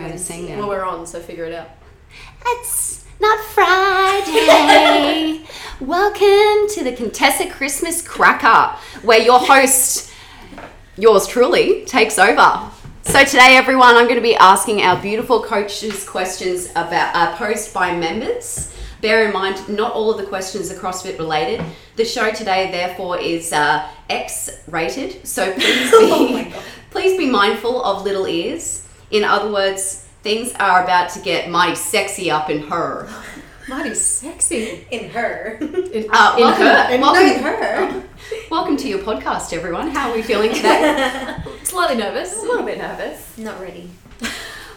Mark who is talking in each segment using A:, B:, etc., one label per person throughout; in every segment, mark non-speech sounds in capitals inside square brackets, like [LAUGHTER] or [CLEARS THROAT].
A: gonna sing now.
B: Well, we're on, so figure it out.
A: It's not [LAUGHS] Friday. Welcome to the Contessa Christmas Cracker, where your host, yours truly, takes over. So today, everyone, I'm going to be asking our beautiful coaches questions about uh, posed by members. Bear in mind, not all of the questions are CrossFit related. The show today, therefore, is uh, X-rated, so please be please be mindful of little ears. In other words, things are about to get mighty sexy up in her.
B: Mighty sexy.
C: In her.
B: In,
A: Uh,
B: in
A: welcome,
B: her.
C: And
A: welcome,
C: not her.
A: welcome to your podcast, everyone. How are we feeling today?
B: [LAUGHS] Slightly nervous.
D: A little bit nervous.
C: Not ready.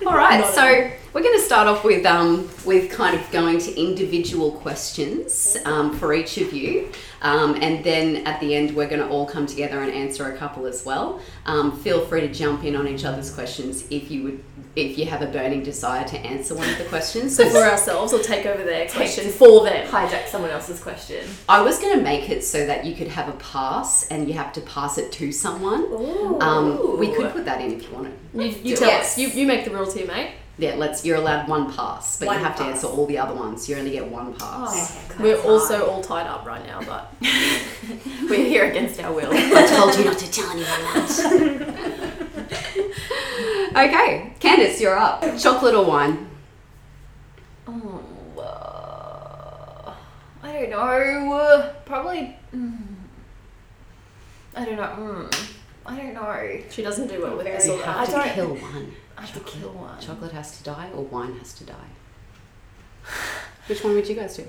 A: All right,
B: Not at
A: so we're going to start off with um, with kind of going to individual questions um, for each of you, um, and then at the end we're going to all come together and answer a couple as well. Um, feel free to jump in on each other's questions if you would if you have a burning desire to answer one of the questions.
B: [LAUGHS] So for ourselves, we'll take over their question for them.
D: Hijack someone else's question.
A: I was going to make it so that you could have a pass and you have to pass it to someone.
C: Ooh.
A: Um, we could put that in if you wanted.
B: You,
A: Do
B: you tell
C: it.
B: us. You, you make the rules here, mate.
A: Yeah, let's. You're allowed one pass, but
C: One
A: you have to
C: pass.
A: answer all the other ones. You only get one
D: Oh,
A: pass.
B: We're also all tied up right now, but
D: We're here against our will.
A: I told you not to tell anyone that. [LAUGHS] okay, Candice, you're up. Chocolate or wine?
D: Oh, uh, I don't know. Probably. Mm, I don't know. Mm, I don't know.
B: [LAUGHS] she doesn't do well with
C: Very
B: this or
A: I
B: that.
D: hard. I don't-
A: kill one.
D: I have to kill one.
A: Chocolate has to die, or wine has to die. [SIGHS] Which one would you guys do?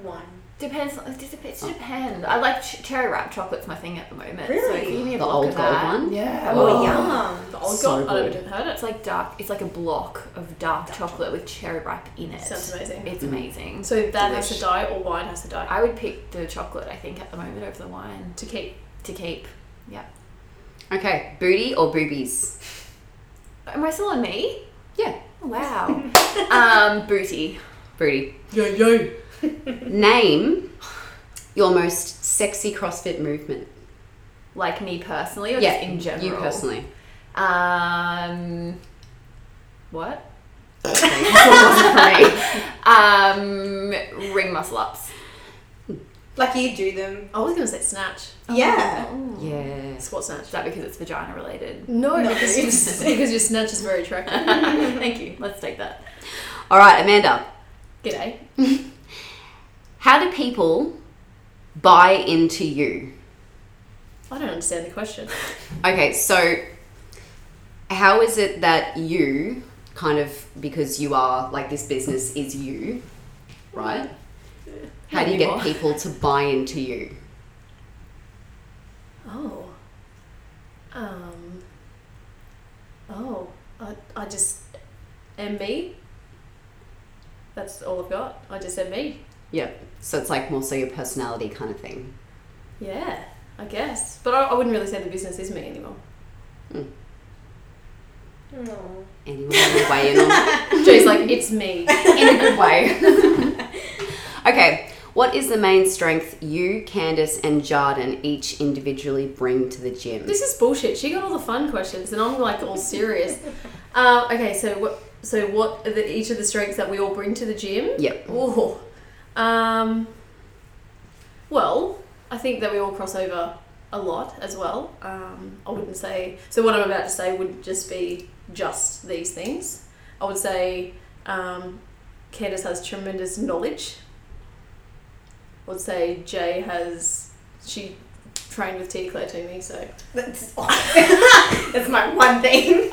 C: One.
D: Depends. It just dep-
A: Oh.
D: it's depend. I like ch- cherry ripe chocolate's my thing at the moment. So
C: Really?
D: if you give me a
A: The
D: block
A: old
D: of
A: gold
D: that.
A: one?
D: Yeah.
C: Oh,
A: Oh.
C: yum.
B: The old
A: So
B: god. I don't
A: good.
B: even heard it.
D: It's like dark. It's like a block of dark, chocolate with cherry ripe in it.
B: Sounds amazing.
D: It's
A: Mm-hmm.
D: amazing.
B: So that has to
A: Delish.
B: die or wine has to die
D: I would pick the chocolate. I think at the moment over the wine
B: to keep.
D: to keep. Yeah.
A: Okay, booty or boobies?
D: Am I still on me?
A: Yeah,
D: Wow. um, booty.
A: booty.
B: Yo yo.
A: Name your most sexy CrossFit movement.
D: Like me personally, or
A: yeah,
D: just in general.
A: You personally.
D: Um, what?
A: Okay, wasn't for me.
D: [LAUGHS] Um, ring muscle ups.
C: Like you do them.
B: I was gonna say snatch.
C: Yeah.
A: Yeah.
B: Squat snatch.
D: Is that because it's
B: [LAUGHS]
D: vagina related?
B: No, because, your- because your snatch is very
D: [LAUGHS]
B: attractive.
D: Thank you. Let's take that.
A: All right, Amanda.
B: G'day.
A: How do people buy into you?
B: I don't understand the question.
A: Okay, so how is it that you kind of because you are like this business is you, right? How do you get
D: Anymore.
A: people to buy into you?
B: Oh. Um. Oh, I, I just am me. That's all I've got. I just am me.
A: Yeah. So it's like more so your personality kind of thing.
B: Yeah, I guess. But I, I wouldn't really say the business is me anymore.
C: No.
A: Anyone want to weigh in on that?
B: Jay's like, it's me.
A: in a good way. okay. What is the main strength you, Candace, and Jarden each individually bring to the gym?
B: This is bullshit. She got all the fun questions, and I'm like all serious. uh, okay, so what? So what are the, each of the strengths that we all bring to the gym?
A: Yep.
B: Ooh. Um, well, I think that we all cross over a lot as well. Um, I wouldn't say so. What I'm about to say would just be just these things. I would say um, Candace has tremendous knowledge. I would say Jay has she trained with Tia Claire Toomey, so
C: That's, That's my one thing.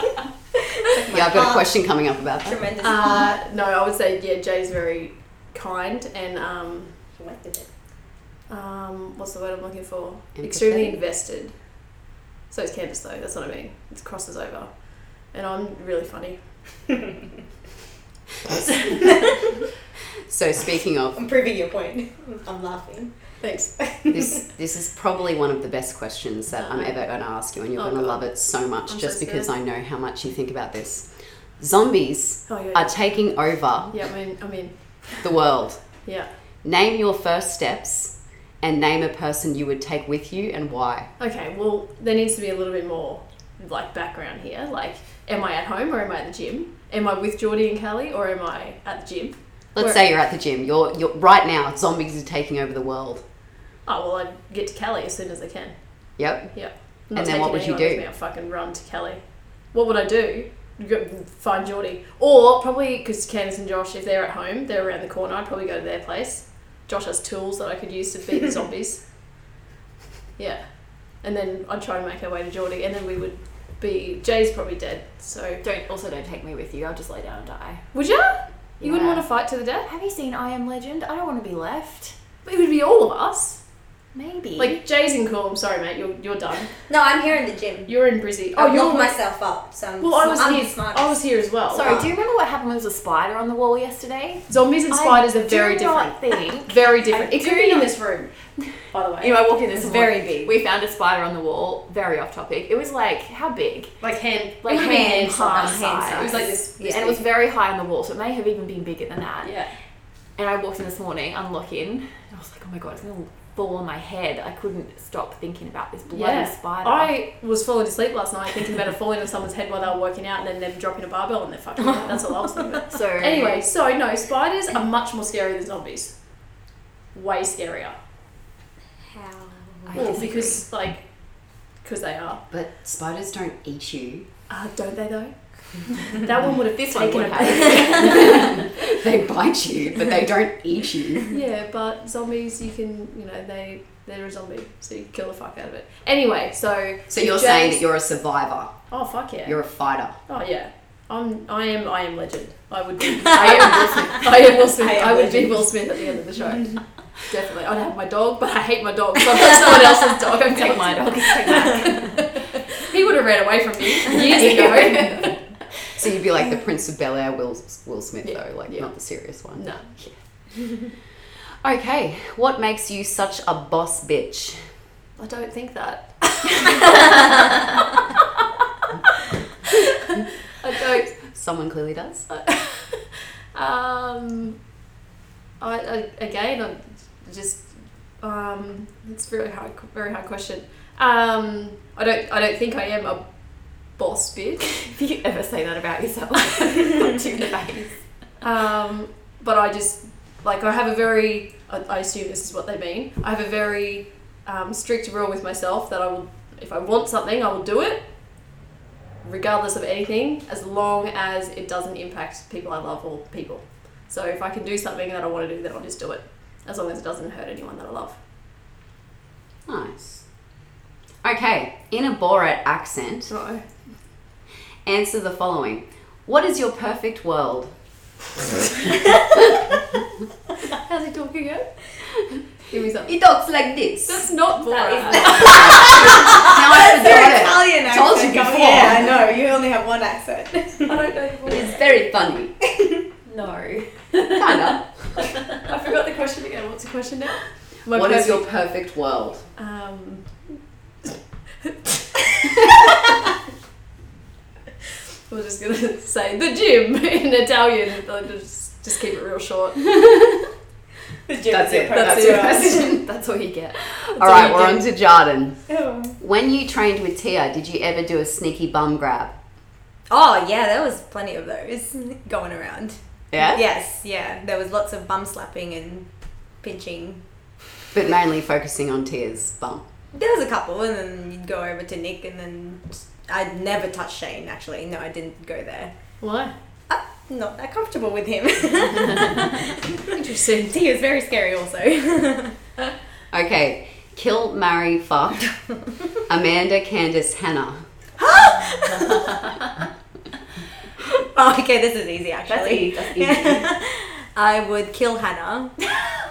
A: Yeah, I've got a
C: Uh,
A: question coming up about that.
C: Tremendous.
B: Uh, no, I would say yeah. Jay's very kind and um,
C: I liked it.
B: um, what's the word I'm looking for?
A: Empathetic.
B: Extremely invested. So is Candace though. That's what I mean. It crosses over, and I'm really funny.
A: So speaking of
C: I'm proving your point. [LAUGHS] I'm laughing.
B: Thanks.
A: this this is probably one of the best questions that I'm ever going to ask you, and you're
B: Oh,
A: going to
B: God.
A: love it so much
B: I'm
A: just
B: so
A: because I know how much you think about this. Zombies
B: Oh yeah.
A: are taking over
B: yeah, I mean, I mean,
A: the world.
B: yeah.
A: Name your first steps and name a person you would take with you and why.
B: Okay. Well, there needs to be a little bit more like background here. Like am I at home or am I at the gym? Am I with Geordie and Callie or am I at the gym?
A: Let's
B: Where-
A: say you're at the gym. You're you're right now. Zombies are taking over the world.
B: Oh, well, I get to Callie as soon as I can.
A: Yep.
B: Yeah.
A: And then what would you do?
B: I fucking run to Kelly. What would I do? Go find Geordie. Or probably because Candice and Josh, if they're at home, they're around the corner, I'd probably go to their place. Josh has tools that I could use to beat the zombies. Yeah. And then I'd try and make our way to Geordie, and then we would be. Jay's probably dead, so.
D: Don't also don't take me with you. I'll just lay down and die.
B: Would ya? You wouldn't
D: Yeah.
B: want to fight to the death?
D: Have you seen I Am Legend? I don't want to be left.
B: But it would be all of us.
D: Maybe.
B: Like, Jay's in cool. I'm sorry, mate. You're, you're done.
C: No, I'm here in the gym.
B: You're in Brizzy.
C: Oh, I
B: you're.
C: knocked myself up, so I'm,
B: well, I was
C: I'm
B: here.
C: the smartest.
B: I was here as well.
D: sorry. Do you remember what happened? when There was a spider on the wall yesterday.
B: Zombies and spiders are very
D: do
B: different.
D: Not [LAUGHS] think.
B: Very different. It
D: do
B: could be in
D: not-
B: this room, by the way.
D: You know, I walked in this
B: It's very
D: morning.
B: big.
D: We found a spider on the wall. Very off topic. It was like how big?
B: like hand,
D: Like
C: It would be
D: hand,
C: hand
D: palm
C: size.
D: size.
B: it was like this. this
D: and it was very high on the wall, so it may have even been bigger than that.
B: big. yeah.
D: And I walked in this morning, unlock in, and I was like, oh my god, it's gonna fall on my head. I couldn't stop thinking about this bloody
B: Yeah.
D: spider.
B: I was falling asleep last night thinking about it falling on someone's head while they were working out and then them dropping a barbell on their fucking head. That's all I was thinking
D: [LAUGHS]
B: about.
D: so
B: Anyway, so no, spiders are much more scary than zombies. Way scarier.
C: How?
D: I
B: Well,
D: disagree.
B: because, like, because they are.
A: But spiders don't eat you.
B: Uh, don't they though? that one would have
D: this one
B: taken
D: would
B: a
D: have.
A: They bite you, but they don't eat you.
B: Yeah, but zombies, you can, you know, they they're a zombie, so you kill the fuck out of it. Anyway, so
A: So you're
B: James-
A: saying that you're a survivor.
B: oh fuck yeah,
A: You're a fighter.
B: oh yeah, I'm I am I am legend. I would
A: [LAUGHS]
B: be I am Will Smith. I am Will Smith. I,
C: I am
B: would be
C: legend.
B: Will Smith at the end of
A: [LAUGHS]
B: the show. Definitely, I'd have my dog, but I hate my dog, so I've
A: [LAUGHS]
B: got someone else's dog. I'm
D: Take
B: taking
D: my
B: my
D: dog. Take my
B: He would have ran away from
A: [LAUGHS]
B: me years ago.
A: So you'd be like [LAUGHS] the Prince of Bel Air, Will Will Smith
B: Yeah,
A: though, like
B: yeah.
A: not the serious one.
B: no,
A: [LAUGHS] Okay, what makes you such a boss bitch?
B: I don't
A: [LAUGHS]
B: think that. [LAUGHS] I don't
A: Someone clearly does.
B: Um, I, I again, I'm just um, it's very hard, very hard question. Um, I don't, I don't think I am a boss bitch. [LAUGHS]
D: [LAUGHS] If you ever say that about yourself, [LAUGHS] punch you in the face.
B: Um, but I just like I have a very, I, I assume this is what they mean. I have a very um, strict rule with myself that I will, if I want something, I will do it, regardless of anything, as long as it doesn't impact people I love or people. So if I can do something that I want to do, then I'll just do it, as long as it doesn't hurt anyone that I love.
A: Nice. Okay, in a Borat accent,
B: So
A: answer the following. What is your perfect world?
B: how's he talking [LAUGHS] again? Give me something.
A: It talks like [LAUGHS] this.
B: That's not Borat.
A: now I forgot
C: Italian accent.
A: Told you
C: coming-
A: before.
C: Yeah, I know. You only have one accent. [LAUGHS]
B: I don't [LAUGHS] know.
A: it.
B: Borat.
A: It's very funny.
D: No.
A: [LAUGHS] Kinda.
B: I forgot the question again. What's the question now? My
A: What is
B: perfect-
A: your perfect world?
B: Um. We're just gonna say the gym in Italian. I'll Just, just keep it real short.
C: The gym
A: That's
C: is your
A: it.
C: perfect
A: That's
B: your
A: your
C: world.
A: question.
D: [COUGHS] That's all you get.
A: All right, we're on to Jarden.
C: Oh. [LAUGHS]
A: When you trained with Tia, did you ever do a sneaky bum grab?
C: Oh yeah, there was plenty of those going around.
A: Yeah.
C: Yes, yeah. There was lots of bum slapping and pinching.
A: But mainly focusing on Tia's bum.
C: There was a couple, and then you'd go over to Nick, and then I never touched Shane. Actually, no, I didn't go there.
B: Why?
C: I'm not that comfortable with him. [LAUGHS]
B: Interesting.
C: he was very scary, [LAUGHS] also. Oh,
A: Okay. Kill, marry, fuck. Amanda, Candace, Hannah.
C: oh, okay, this is easy actually.
D: That's easy. That's easy.
C: [LAUGHS] I would kill Hannah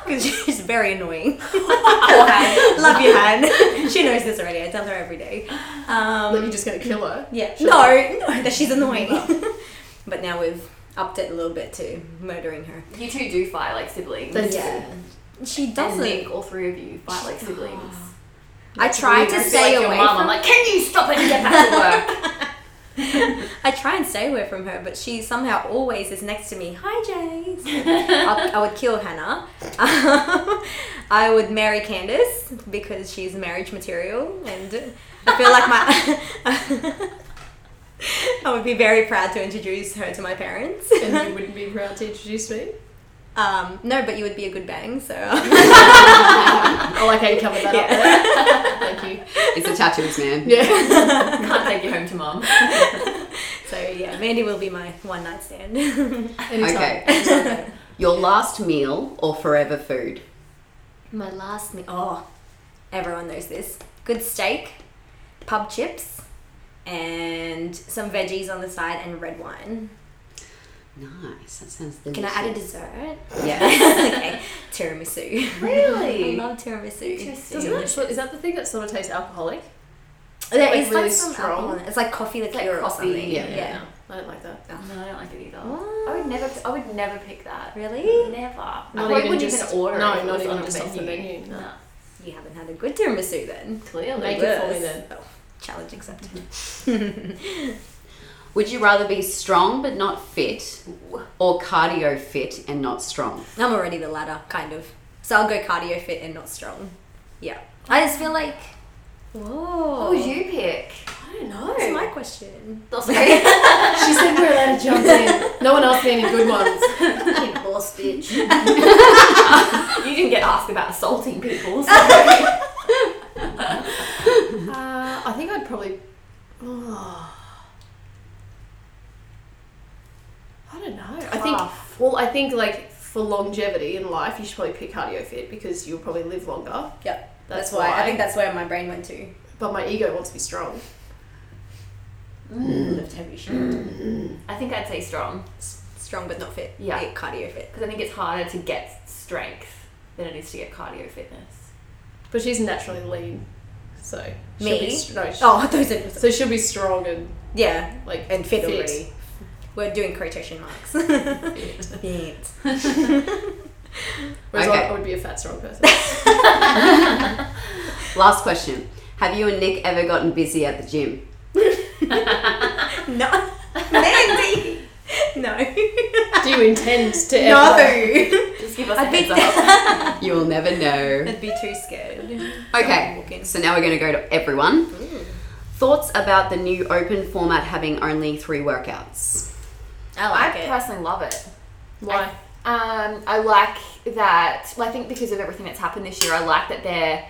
C: because [LAUGHS] she's very annoying. [LAUGHS]
D: Beforehand.
C: Love you, Han. [LAUGHS] she knows this already. I tell her every day.
B: Like you're
C: Um,
B: just gonna kill her.
C: yeah.
B: Sure.
C: No, no, that she's annoying. [LAUGHS] but now we've upped it a little bit to murdering her.
D: You two do fight like siblings.
B: They do.
C: Yeah. She
D: And
C: doesn't.
D: Nick, all three of you fight like siblings.
B: Ah.
C: I tried to
D: You're
C: stay
D: like
C: away
D: Your mum.
C: from.
D: I'm like, can you stop it and get back to [LAUGHS] work?
C: I try and stay away from her, but she somehow always is next to me. Hi, Jay. So I, I would kill Hannah. Um, I would marry Candace because she's marriage material, and I feel like my. [LAUGHS] I would be very proud to introduce her to my parents.
B: and you wouldn't be proud to introduce me.
C: Um, no, but you would be a good bang, so. [LAUGHS]
B: Oh, I like how you covered that up there. Thank you.
A: It's a tattoos, man.
B: Yeah.
D: [LAUGHS] Can't take you home to mum.
C: so yeah, Mandy will be my one night stand. [LAUGHS]
B: Anytime.
A: Okay. Your last meal or forever food?
C: My last meal. Oh, everyone knows this. Good steak, pub chips, and some veggies on the side, and red wine.
A: Nice. That sounds delicious.
C: Can I add a dessert? [LAUGHS]
A: Yeah.
C: okay, tiramisu.
A: really?
C: I love tiramisu.
B: Doesn't that, sort- is that the thing that sort of tastes alcoholic?
C: There
B: Like
C: is,
B: really
C: some
B: strong?
C: alcohol in it. It's like coffee liqueur
D: like
C: or
D: coffee,
C: something.
A: yeah.
B: No, I don't like that.
D: No, I don't like it either.
C: What?
D: I would never. I would never pick that.
C: Really?
D: Never. I
B: Not
D: probably
B: even
D: wouldn't
B: just-
D: even order.
B: no,
D: it if it
B: not
D: was
B: even
D: on a
B: just off the menu, no.
D: No.
C: You haven't had a good tiramisu then.
D: Clearly.
B: Make
C: Yes.
B: it for me then.
C: Oh, challenge accepted.
A: Would you rather be strong but not fit or cardio fit and not strong?
C: I'm already the latter, kind of. So I'll go cardio fit and not strong. Yeah. I just feel like. Whoa.
D: What would you pick?
B: I don't know.
C: That's my question.
D: Those three?
B: She said we're allowed to jump in. No one asked me any good ones.
C: Fucking boss bitch.
D: [LAUGHS] you didn't get asked about assaulting people. So.
B: Uh, I think I'd probably. Oh, I don't know. I think.
D: Tough.
B: Well, I think like for longevity in life, you should probably pick cardio fit because you'll probably live longer.
C: Yep.
B: That's
C: That's, why.
B: why.
C: I think that's where my brain went to.
B: But my ego wants to be strong.
C: Mm,
D: Lift heavy shit. I think I'd say strong
C: S- Strong but not fit.
D: Yeah.
C: cardio fit.
D: because I think it's harder to get strength than it is to get cardio fitness.
B: But she's naturally lean, so she'll
C: Me?
B: Be, str- no, she-
C: Oh, those are.
B: so she'll be strong and
C: Yeah.
B: like
C: And fit already. We're doing quotation marks. fit.
B: Whereas
A: Okay.
B: I, I would be a fat strong person.
A: Last question. Have you and Nick ever gotten busy at the gym?
C: [LAUGHS] No. Mandy! [LAUGHS] No.
B: Do you intend to ever?
C: [LAUGHS] no.
D: Just give us a
C: I'd be-
D: heads up.
A: You'll never know.
C: I'd be too scared. Someone walk
A: Okay,
C: in.
A: so now we're going to go to everyone. Thoughts about the new open format having only three workouts?
C: I
D: I
C: like it.
D: personally love it.
B: Why?
D: Um, I like that. Well, I think because of everything that's happened this year, I like that they're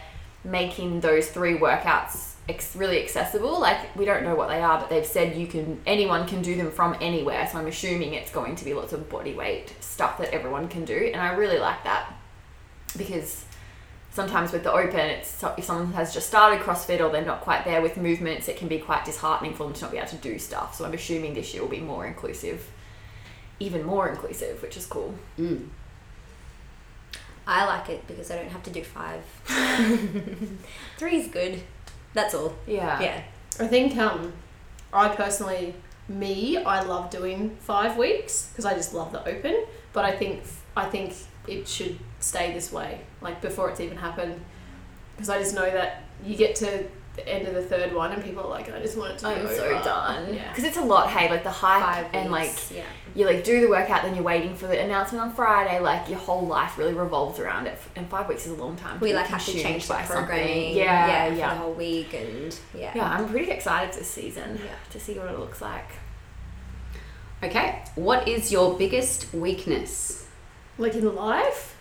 D: making those three workouts ex- really accessible. Like we don't know what they are, but they've said you can anyone can do them from anywhere. So I'm assuming it's going to be lots of body weight stuff that everyone can do, and I really like that because sometimes with the open, it's so- if someone has just started CrossFit or they're not quite there with movements, it can be quite disheartening for them to not be able to do stuff. So I'm assuming this year will be more inclusive, even more inclusive, which is cool.
A: Mm.
C: I like it because I don't have to
D: [LAUGHS]
C: do five. Three is good. That's all.
D: Yeah.
C: Yeah.
B: I think um, I personally, me, I love doing five weeks because I just love the open. But I think I think it should stay this way, like before it's even happened, because I just know that you get to the end of the third one and people are like, I just want it to be
D: I'm
B: over.
D: so done.
B: Yeah.
D: Because it's a lot, hey, like the hype
C: Five
D: and like
C: weeks, yeah.
D: you like do the workout, then you're waiting for the announcement on Friday. Like your whole life really revolves around it, and five weeks is a long time. to
C: we
D: be
C: like have to
D: consumed
C: change the
D: by something.
C: programming.
D: Yeah, yeah,
C: for the
D: yeah.
C: whole week and yeah.
D: I'm pretty excited this season
C: Yeah.
D: to see what it looks like.
A: Okay, what is your biggest weakness?
B: Like in life,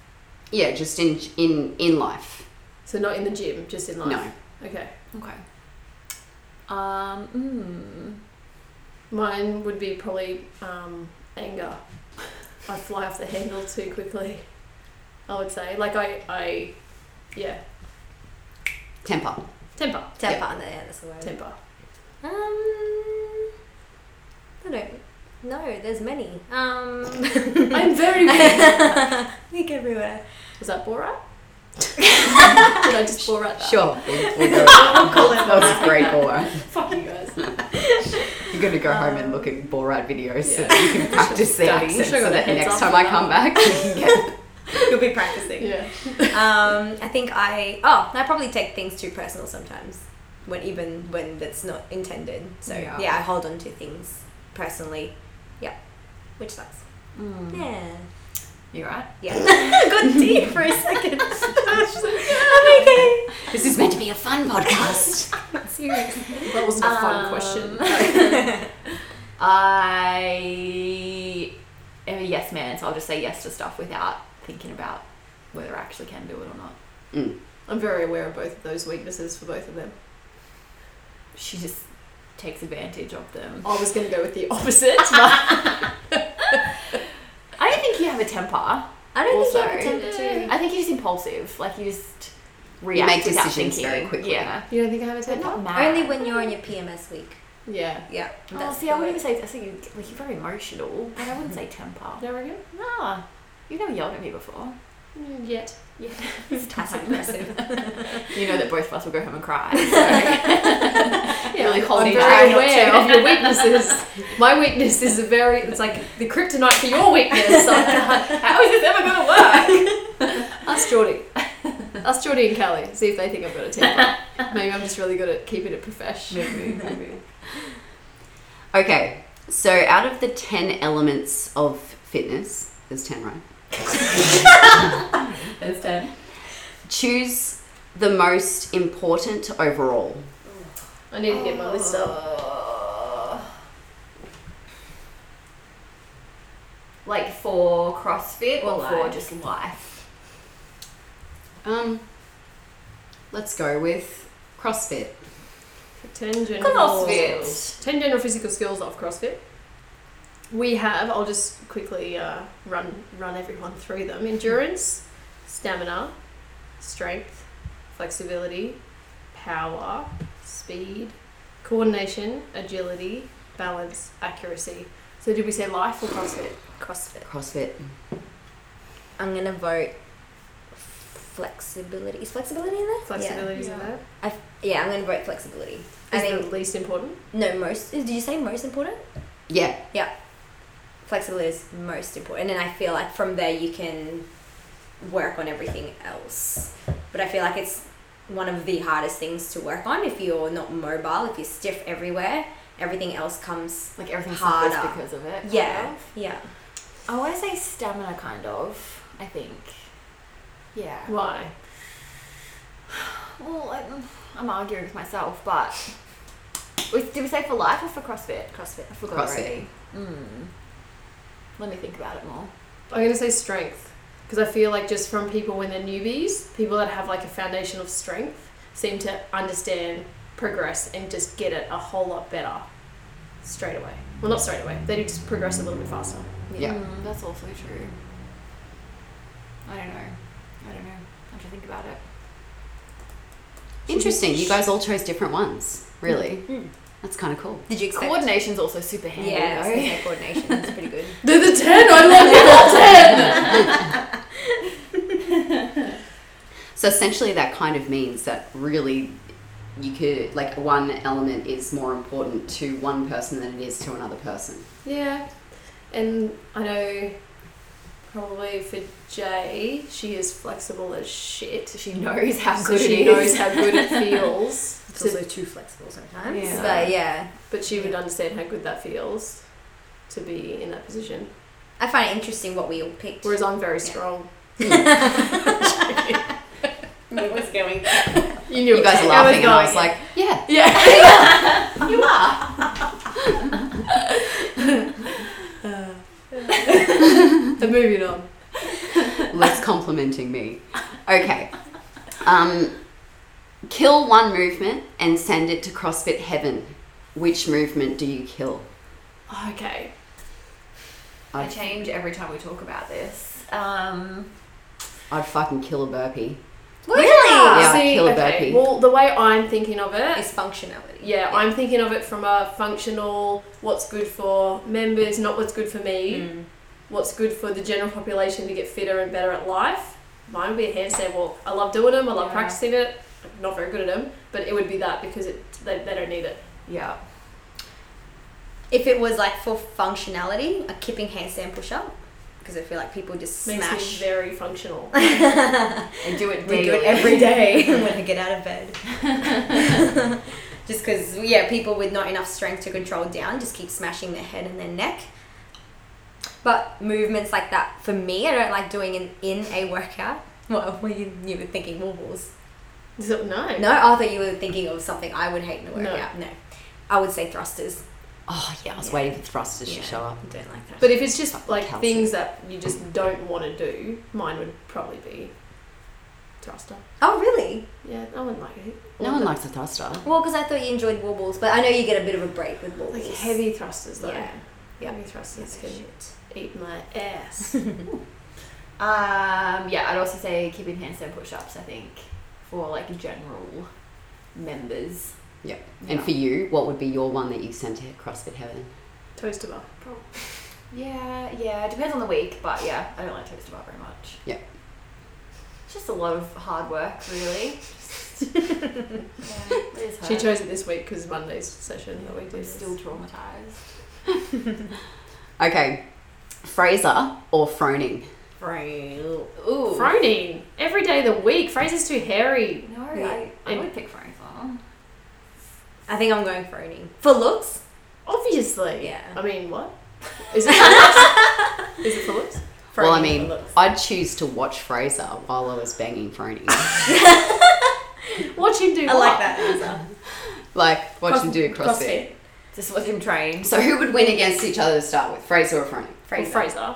A: Yeah, just in in in life.
B: so not in the gym, just in life.
A: No.
B: Okay.
D: Okay. Um.
B: Mine would be probably um, anger. I fly off the handle too quickly. I would say, like I, I, yeah,
A: Temper.
B: temper,
C: Temper on there, yeah, that's the word.
B: temper.
C: Um I don't know, there's many. Um [LAUGHS]
B: I'm very weak.
A: [LAUGHS]
D: [LAUGHS]
C: think everywhere.
B: Was that Borat? Did I just Borat that?
A: [LAUGHS] Sure.
B: [LAUGHS] I'll call it
A: That was a great Borat.
B: [LAUGHS] Fuck you guys.
A: You're gonna go home and look at Borat videos so
B: yeah.
A: that you can practice the
B: Study.
A: accent
B: Should've got
A: so
B: a
A: that
B: heads
A: next
B: up
A: time
B: on
A: I
B: that
A: come back [LAUGHS] you can get
C: You'll be practicing.
B: Yeah.
C: Um I think I oh, I probably take things too personal sometimes. When even when that's not intended. So
D: Yeah.
C: yeah, I hold on to things personally. Yeah. Which sucks.
D: mm.
C: Yeah.
D: You right?
C: Yeah. [LAUGHS] I got deep for a second. [LAUGHS] I was just like, I'm okay.
A: This is meant to be a fun podcast.
C: Serious.
B: That wasn't a fun question.
D: I am a yes man, so I'll just say yes to stuff without thinking about whether I actually can do it or not.
B: [LAUGHS] I'm very aware of both of those weaknesses for both of them.
D: She just takes advantage of them.
B: I was going to go with the opposite.
A: [LAUGHS]
B: But
D: I don't think you have a temper.
C: I don't
D: Also-
C: think you have a temper too.
D: I think you're just impulsive. Like you just
A: make
D: react without
A: decisions
D: thinking.
A: very quickly.
D: Yeah.
B: you don't think I have a
D: But
B: temper?
D: not mad.
C: Only when you're on your PMS week.
B: Yeah.
C: Yeah.
D: Oh,
C: that's
D: see,
C: the
D: I wouldn't
C: way.
D: even say. I think you like you're very emotional, but I wouldn't say temper.
B: Do you reckon?
D: No, you've never yelled at me before.
B: Mm, Yet.
C: It's passive aggressive. [LAUGHS]
D: You know that both of us will go home and [LAUGHS] cry.
B: [LAUGHS]
D: So.
B: Yeah,
D: Really
B: I'm-
D: holding
B: I'm
D: back.
B: very aware of [LAUGHS] your weaknesses. My weakness is a very, it's like the kryptonite for your weakness. [LAUGHS] I'm-
D: How is this ever gonna work?
B: [LAUGHS] Ask Geordie. Ask Geordie and Kelly, see if they think I've got a temper. Maybe I'm just really good at keeping it profesh.
D: Maybe, maybe.
A: Okay, so out of the 10 elements of fitness, there's 10, right?
D: That's ten.
A: Choose the most important overall.
B: I need to get my list up.
D: Like for CrossFit or
C: Or
D: for
C: life.
D: just life?
A: Um, let's go with CrossFit.
B: Ten general
D: CrossFit.
B: 10 general physical skills of CrossFit. We have, I'll just quickly uh, run, run everyone through them endurance, stamina, strength, flexibility, power, speed, coordination, agility, balance, accuracy. So, did we say life or CrossFit?
C: CrossFit.
A: CrossFit.
C: I'm gonna vote flexibility. Is flexibility in there?
B: Flexibility is in
D: Yeah.
B: that.
C: Yeah, I f- yeah I'm gonna vote flexibility. I
B: Is
C: think
B: the least important?
C: no most. Did you say most important?
A: Yeah,
C: Flexibility is most important, and I feel like from there you can work on everything else. But I feel like it's one of the hardest things to work on if you're not mobile. If you're stiff everywhere, everything else comes.
D: Like everything
C: Harder.
D: suffers because of it. kind
C: Yeah,
D: of?
C: yeah.
D: I want to say stamina, kind of. I think. Yeah.
B: Why?
D: Well, I'm, I'm arguing with myself, but was, did we say for life or for CrossFit?
C: CrossFit.
D: I forgot
A: CrossFit.
D: already. Mm. Let me think about it more.
B: I'm gonna say strength because I feel like just from people when they're newbies, people that have like a foundation of strength seem to understand, progress, and just get it a whole lot better straight away. Well, not straight away. They just progress a little bit faster.
A: Yeah.
D: Mm, that's also true. I don't know. I don't know. I have to think about it.
A: Interesting. You guys all chose different ones. Really?
C: Mm.
A: That's kind of cool.
C: Did you expect?
D: Coordination's also super handy.
C: [LAUGHS] Yeah, I was
D: though.
C: gonna say coordination. That's pretty [LAUGHS] good.
B: They're the ten. I love you.
A: So essentially, that kind of means that really you could, like, one element is more important to one person than it is to another person.
B: Yeah, and I know probably for Jay, she is flexible as shit.
D: [LAUGHS] She knows how
B: So
D: good
B: she
D: it
B: knows
D: is.
B: how good it feels.
C: It's
B: to,
C: also too flexible sometimes.
D: Yeah.
C: But yeah.
B: but she would understand how good that feels to be in that position.
C: I find it interesting what we all picked.
B: [LAUGHS] Whereas I'm very
C: Yeah.
B: strong.
C: was going?
B: You knew
A: You guys are laughing, and I was like, [LAUGHS] yeah.
B: [LAUGHS] yeah.
D: you are.
B: I'm moving on.
A: Less complimenting me. Okay. Um, kill one movement and send it to CrossFit Heaven. Which movement do you kill?
B: Okay.
D: I
A: I'd,
D: change every time we talk about this. Um,
A: I'd fucking kill a burpee.
C: Really?
A: Yeah, kill a burpee.
B: Well, the way I'm thinking of it,
C: It's functionality.
B: yeah, I'm thinking of it from a functional, what's good for members, not what's good for me,
A: Mm.
C: Mm.
B: what's good for the general population to get fitter and better at life. Mine would be a handstand walk. I love doing them. I love
D: Yeah.
B: practicing it. I'm not very good at them, but it would be that because it they, they don't need it.
D: yeah.
C: If it was like for functionality, a kipping handstand push up, because I feel like people just
B: Makes
C: smash. [LAUGHS]
B: me very [LAUGHS] functional.
D: And do it
C: we do it
D: daily.
C: every day
B: [LAUGHS]
C: [LAUGHS] when I get out of bed. just because, yeah, people with not enough strength to control down just keep smashing their head and their neck. But movements like that for me, I don't like doing an in a workout. Well, [LAUGHS] were you, you were thinking wall balls?
B: So, no.
C: No, I thought you were thinking of something I would hate in a
B: No.
C: workout. No, I would say thrusters.
A: Oh yeah, I was
C: Yeah.
A: waiting for thrusters
C: Yeah.
A: to show up.
C: I don't like that.
B: But if it's just
A: Fucking
B: like
A: calcium.
B: things that you just don't want to do, mine would probably be thruster.
C: oh really?
B: Yeah, I wouldn't like it.
A: No one likes a thruster.
C: Well, because I thought you enjoyed wall balls, but I know you get a bit of a break with wall
B: Like
C: balls.
B: heavy thrusters though.
C: Yeah. Yeah.
B: Heavy thrusters
C: Yeah,
B: can eat my [LAUGHS] ass.
D: [LAUGHS] Um, yeah, I'd also say keeping handstand push-ups. I think for like general members.
A: Yeah. And for you, what would be your one that you sent to CrossFit Heaven?
B: Toaster bar.
D: Yeah, yeah. It depends on the week, but yeah, I don't like toaster bar very much.
A: Yeah.
D: It's just a lot of hard work, really. yeah, it is
B: She
D: hard.
B: chose it this week because Monday's session that we
D: I'm
B: did.
D: still traumatized.
A: Okay. Fraser or Froning?
C: Frail.
D: Ooh.
B: Froning every day of the week. Fraser's too hairy.
D: No,
C: Yeah.
D: I, I would pick Frank Farm.
C: I think I'm going phoning for looks.
B: Obviously.
C: Yeah.
B: I mean, what? Is it for looks? Is it for looks?
A: Well, I
C: Froning
A: mean,
B: looks.
A: I'd choose to watch Fraser while I was banging Froning. [LAUGHS]
B: Watch him do.
C: I
B: what?
C: like that answer.
A: like, watch him do CrossFit.
B: CrossFit.
D: Just watch him train.
A: So, who would win against each other to start with, Fraser or Froning?
B: Fraser. Fraser.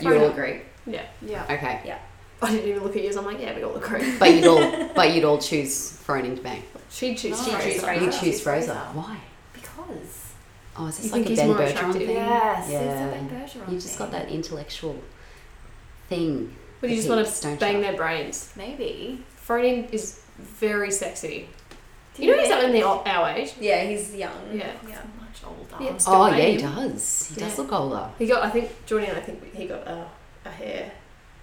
A: You all
B: Froning.
A: agree?
B: Yeah.
D: Yeah.
A: Okay.
B: I didn't even look at yours. I'm like, yeah, we all agree.
A: But you'd all, but you'd all choose Froning to bang.
B: She chooses.
D: She'd choose
B: Fraser.
D: Fraser.
A: You choose
D: Choose Fraser.
A: Fraser. Why?
D: Because.
A: Oh, is this
B: You
A: like
B: think
A: a
B: he's
A: Ben
B: more
A: Bergeron
B: attractive?
A: thing?
D: Yes.
A: Yeah.
D: It's a Ben Bergeron
A: You just got
D: thing.
A: that intellectual thing.
B: But you just
A: Repeat,
B: want
A: don't
B: to bang
A: you?
B: their brains.
D: Maybe.
B: Froning is very sexy.
C: Do
B: You know he's
C: think-
B: up in the our age.
C: Yeah, he's young.
B: Yeah.
C: yeah.
D: Much older.
B: Yeah, it's-
A: Oh
B: Still
A: yeah, he
B: banging.
A: does. He does
B: Yeah.
A: look older.
B: He got. I think Jordan. I think he got a, a hair.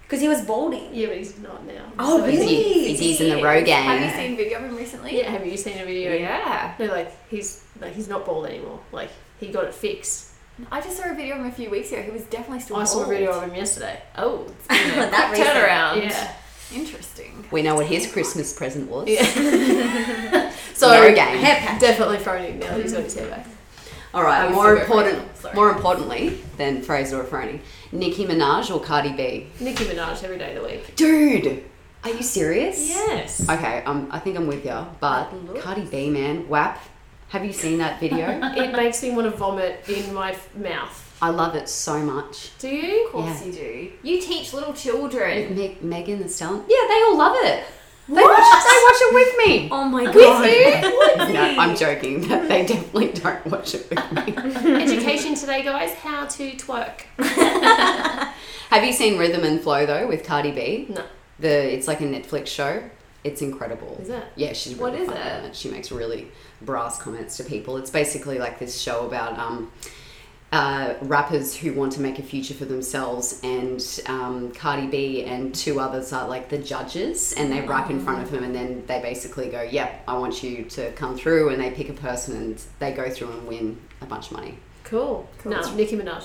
C: Because he was balding.
B: Yeah, but he's not now.
C: Oh,
B: So-
A: Is
C: really?
A: he, is he's in the row
D: Have
A: game.
D: you seen video of him recently?
B: Yeah. Have you seen a video?
D: Yeah.
B: No, like he's like he's not bald anymore. Like he got it fixed.
D: I just saw a video of him a few weeks ago. He was definitely still
B: I saw a
D: bald.
B: video of him yesterday.
D: Oh, [LAUGHS] it's been a
C: That
D: quick
C: recent.
D: turnaround.
B: Yeah.
D: Interesting.
A: We know what
D: [LAUGHS]
A: his Christmas present was. [LAUGHS]
B: So
A: Row game.
C: Hair patch.
B: definitely phoning now. that He's got his hair back.
A: All right.
D: I'm
A: More
D: super
A: important,
D: grateful, sorry.
A: more importantly than Fraser or Froning, Nicki Minaj or Cardi B.
B: Nicki Minaj every day of the week.
A: Dude, are you serious?
B: Yes.
A: Okay, um, I think I'm with you, but
C: That looks-
A: Cardi B, man, WAP. Have you seen that [LAUGHS] video?
B: it makes me want to vomit in my f- [LAUGHS] mouth.
A: I love it so much.
B: Do you?
D: Of course
A: Yeah.
D: you do. You teach little
A: With
D: children.
A: Meg- Megan the Stallion. Yeah, they all love it. They watch, they
D: What?
A: watch it [LAUGHS] with me.
C: Oh my god.
A: No, I'm joking. They definitely don't watch it with me.
B: Education today, guys. How to twerk.
A: Have you seen Rhythm and Flow though with Cardi B?
B: No.
A: The it's like a Netflix show. It's incredible.
B: Is it?
A: Yeah, she's really
D: What is
A: funny
D: it?
A: on She makes really brass comments to people. It's basically like this show about um, uh, rappers who want to make a future for themselves, and um, Cardi B and two others are like the judges, and they rap in front of
D: Oh.
A: him, and then they basically go, "Yep, I want you to come through," and they pick a person, and they go through and win a bunch of money.
B: Cool.
C: Cool.
B: No, Nicki Minaj.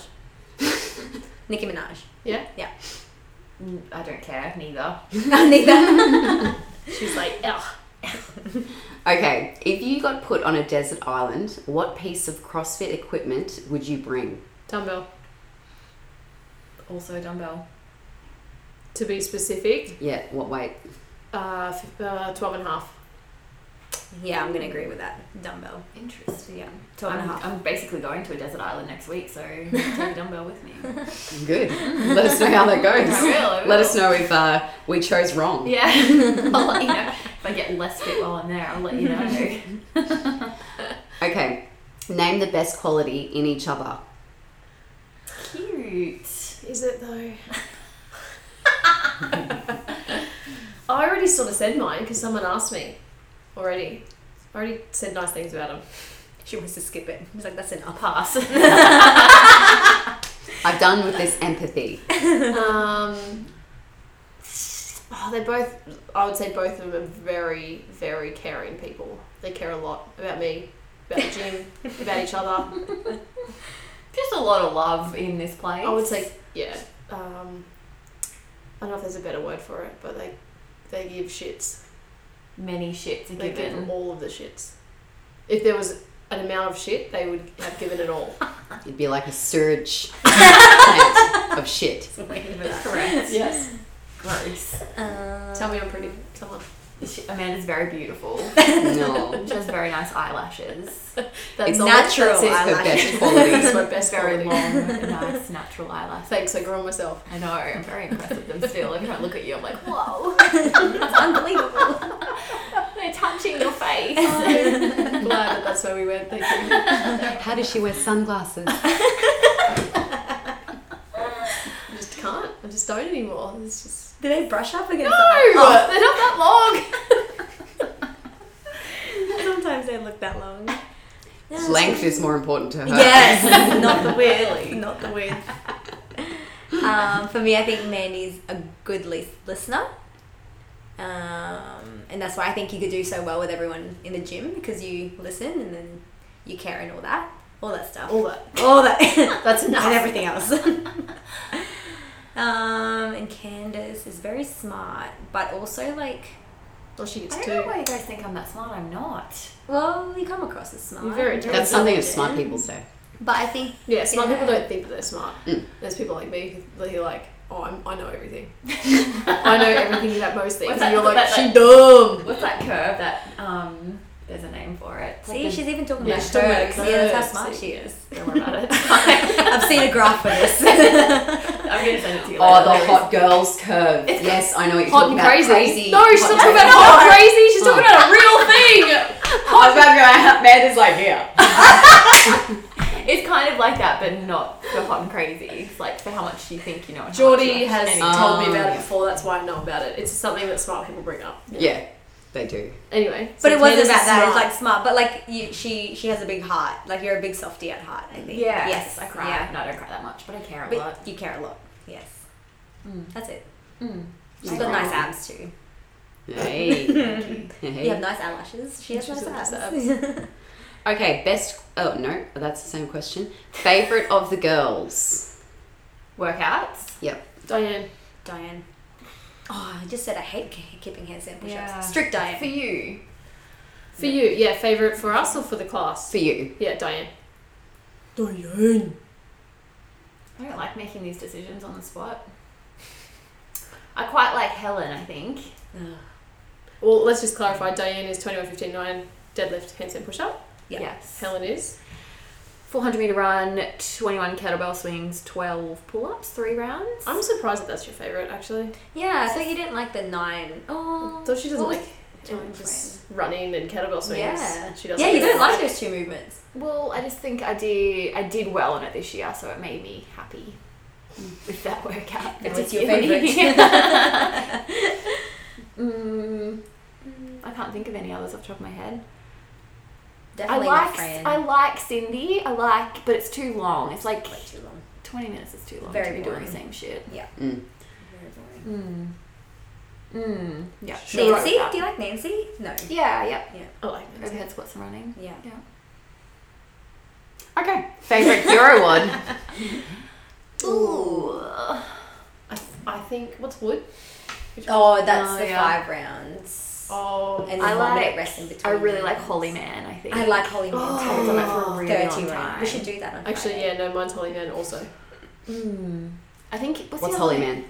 C: Nicki Minaj. [LAUGHS]
B: Yeah.
D: Mm, I don't care, neither.
C: Neither.
B: She's like, ugh.
A: Okay, if you got put on a desert island, what piece of CrossFit equipment would you bring?
B: Dumbbell.
D: Also a dumbbell.
B: To be specific,
A: Yeah, what weight?
B: uh, f- uh, 12 and a half.
C: [LAUGHS] yeah, I'm gonna agree with that. Dumbbell.
D: Interesting.
C: Yeah. Twelve and a
D: I'm,
C: half.
D: I'm basically going to a desert island next week, so take a dumbbell with me. [LAUGHS]
A: Good. Let us know how that
D: I will,
A: goes.
D: I will.
A: Let us know if uh, we chose wrong.
D: [LAUGHS] Yeah. I'll let you know. If I get less fit while I'm there, I'll let you know.
A: Okay, name the best quality in each other.
D: Cute.
B: Is it though? [LAUGHS] I already sort of said mine because someone asked me already. I already said nice things about him.
C: She wants to skip it. She's like, that's enough. [LAUGHS]
D: Pass.
A: I've done with this empathy.
B: um, oh, they're both. I would say both of them are very, very caring people. They care a lot about me, about the gym, about each other.
D: Just a lot of love in this place.
B: I would say, yeah. Um, I don't know if there's a better word for it, but they they give shits.
D: many shits are
B: They
D: given.
B: give all of the shits. If there was an amount of shit, they would have given it all.
A: You'd be like a surge [LAUGHS] of shit.
D: Correct.
B: yes.
D: Gross.
B: [LAUGHS] Tell me I'm
C: [LAUGHS]
B: pretty. Someone.
D: She, Amanda's very beautiful.
A: No.
D: She has very nice eyelashes.
B: That's
A: It's
B: all.
C: natural
B: That's it.
A: It's her
C: eyelashes.
A: best qualities.
D: [LAUGHS]
B: That's [LAUGHS] my best
D: Very
B: quality. [LAUGHS]
D: long, nice, natural eyelashes.
B: Thanks, I grew on
D: [LAUGHS]
B: myself.
D: I know. I'm very impressed with them still. Every time I look at you, I'm like, whoa,
C: It's unbelievable.
D: they're touching your face.
B: Glad that that's where we went. Thank you.
A: How does she wear sunglasses?
B: I just can't. I just don't anymore. It's just.
C: Do they brush up
B: [LAUGHS]
C: against
B: Oh, they're not that long.
C: [LAUGHS] Sometimes they look that long.
A: Length is more important to her.
C: Yes, not the width. [LAUGHS] Not the width. Um, for me, I think Mandy's a good lis- listener. Um, and that's why I think you could do so well with everyone in the gym because you listen and then you care and all that. All that stuff.
B: All that.
C: All that.
B: [LAUGHS]
C: [LAUGHS]
B: That's enough.
C: and everything else. um, and Candace is very smart, but also like,
B: Well, she
D: I
B: gets
D: don't
B: two.
D: know why you guys think I'm that smart. I'm not.
C: well, you come across as smart.
B: You're very
A: That's something that smart people say.
C: But I think
B: Yeah, smart
C: Yeah.
B: people don't think that they're smart.
A: Mm.
B: There's people like me who who are like, oh, I'm, I know everything. I know everything about most things. and
D: What's that-
B: you're like,
D: what's
B: she
D: that-
B: dumb.
D: What's that curve? That um, there's a name for it. It's like
C: see,
D: the-
C: she's even talking
B: Yeah,
C: about
B: she's talking
C: her.
B: about
C: Yeah, that's
B: curves.
C: how smart she
B: Yeah.
D: [LAUGHS]
C: is.
D: don't worry about it.
C: I've seen a graph for this.
D: I'm gonna send it to you.
A: Oh,
D: later.
A: the
D: There is-
A: hot girls curve. Yes, I know what you're
B: Hot
A: talking
B: and
A: about.
B: crazy.
A: crazy.
B: No, she's not
A: crazy.
B: talking about hot and crazy. She's talking about a
D: [LAUGHS]
B: real thing.
A: I was about to go, man is like here.
D: It's kind of like that, but not for hot and crazy. It's like for how much you think you know. and how much
B: Geordie
D: you
B: has
D: actually-
B: told me
A: Oh,
B: about it
A: yeah.
B: before. That's why I know about it. It's something that smart people bring up.
A: Yeah, they do.
B: Anyway,
C: but it wasn't
B: Candace
C: about
B: is
C: that. It's
B: smart.
C: like smart, but like you, she she has a big heart. Like you're a big softie at heart. I think.
D: Yeah.
C: Yes,
D: I cry.
C: Yeah.
D: No, I don't cry that much, but I care a lot.
C: But you care a lot. Yes.
D: Mm.
C: That's it.
D: Mm.
C: She's
A: I
C: got
A: cry.
C: nice abs too.
A: Hey.
C: You have nice eyelashes. She has
B: She's
C: nice
B: got nice
C: abs. [LAUGHS]
A: okay, best. Oh, no, that's the same question. Favorite of the girls?
D: Workouts.
A: Yep.
B: Diane.
C: Diane. Oh, I just said I hate k- keeping hands and push-ups.
D: Yeah.
C: Strict
D: For
C: diet.
D: you.
B: For you, yeah, favourite for us or for the class?
A: For you.
B: Yeah, Diane.
C: Diane.
D: I don't like making these decisions on the spot. I quite like Helen, I think.
B: Well, let's just clarify. Diane is 21, 15, 9, deadlift, handstand push-up.
C: Yeah.
D: Yes.
B: Helen is.
D: 400 meter run, 21 kettlebell swings, 12 pull ups, three rounds.
B: I'm surprised that that's your favourite, actually.
C: Yeah, so you didn't like the nine.
B: I
C: Oh.
B: thought she doesn't
C: Well,
B: like
C: Joint
B: just running and kettlebell swings.
C: Yeah.
B: She doesn't
C: Yeah, you
B: really
C: don't like those two movements.
D: well, I just think I did I did well on it this year, so it made me happy with that [LAUGHS] workout.
C: If
D: That
C: it's
D: Mm. was
C: your
D: giving [LAUGHS] me- mm, I can't think of any others off the top of my head.
C: [LAUGHS] Definitely
D: I
C: not
D: like
C: Fran.
D: I like Cindy. I like, but it's too long. It's like
C: Way too long.
D: 20 minutes is too long
C: Very
D: to be doing
C: boring.
D: the same shit.
A: Mm.
C: Very boring.
D: Mm. Mm. Yeah.
B: Sure.
D: Right
C: Nancy?
D: with that.
C: Do you like Nancy? No.
D: Yeah, yeah.
B: I like that.
D: Overhead splits and running.
C: Yeah.
A: Okay, favorite Euro
C: [LAUGHS]
A: one?
D: Ooh.
B: I, I think, what's wood? Which
C: Oh, that's
D: Oh,
C: the
D: yeah.
C: five rounds.
B: Oh.
C: And then
D: I
C: one minute
D: like-
C: rest in between.
D: I really like Holy Man, I think.
C: I like Holy Man.
D: I haven't done that for a
C: [GASPS]
D: Oh, really
C: Thirty
D: long
C: round.
D: time.
C: We should do that on
B: Actually,
C: Friday.
B: yeah, no, mine's Holy Man also.
D: Mm. I think what's,
A: What's
D: the
A: Holy
D: other-
A: Man?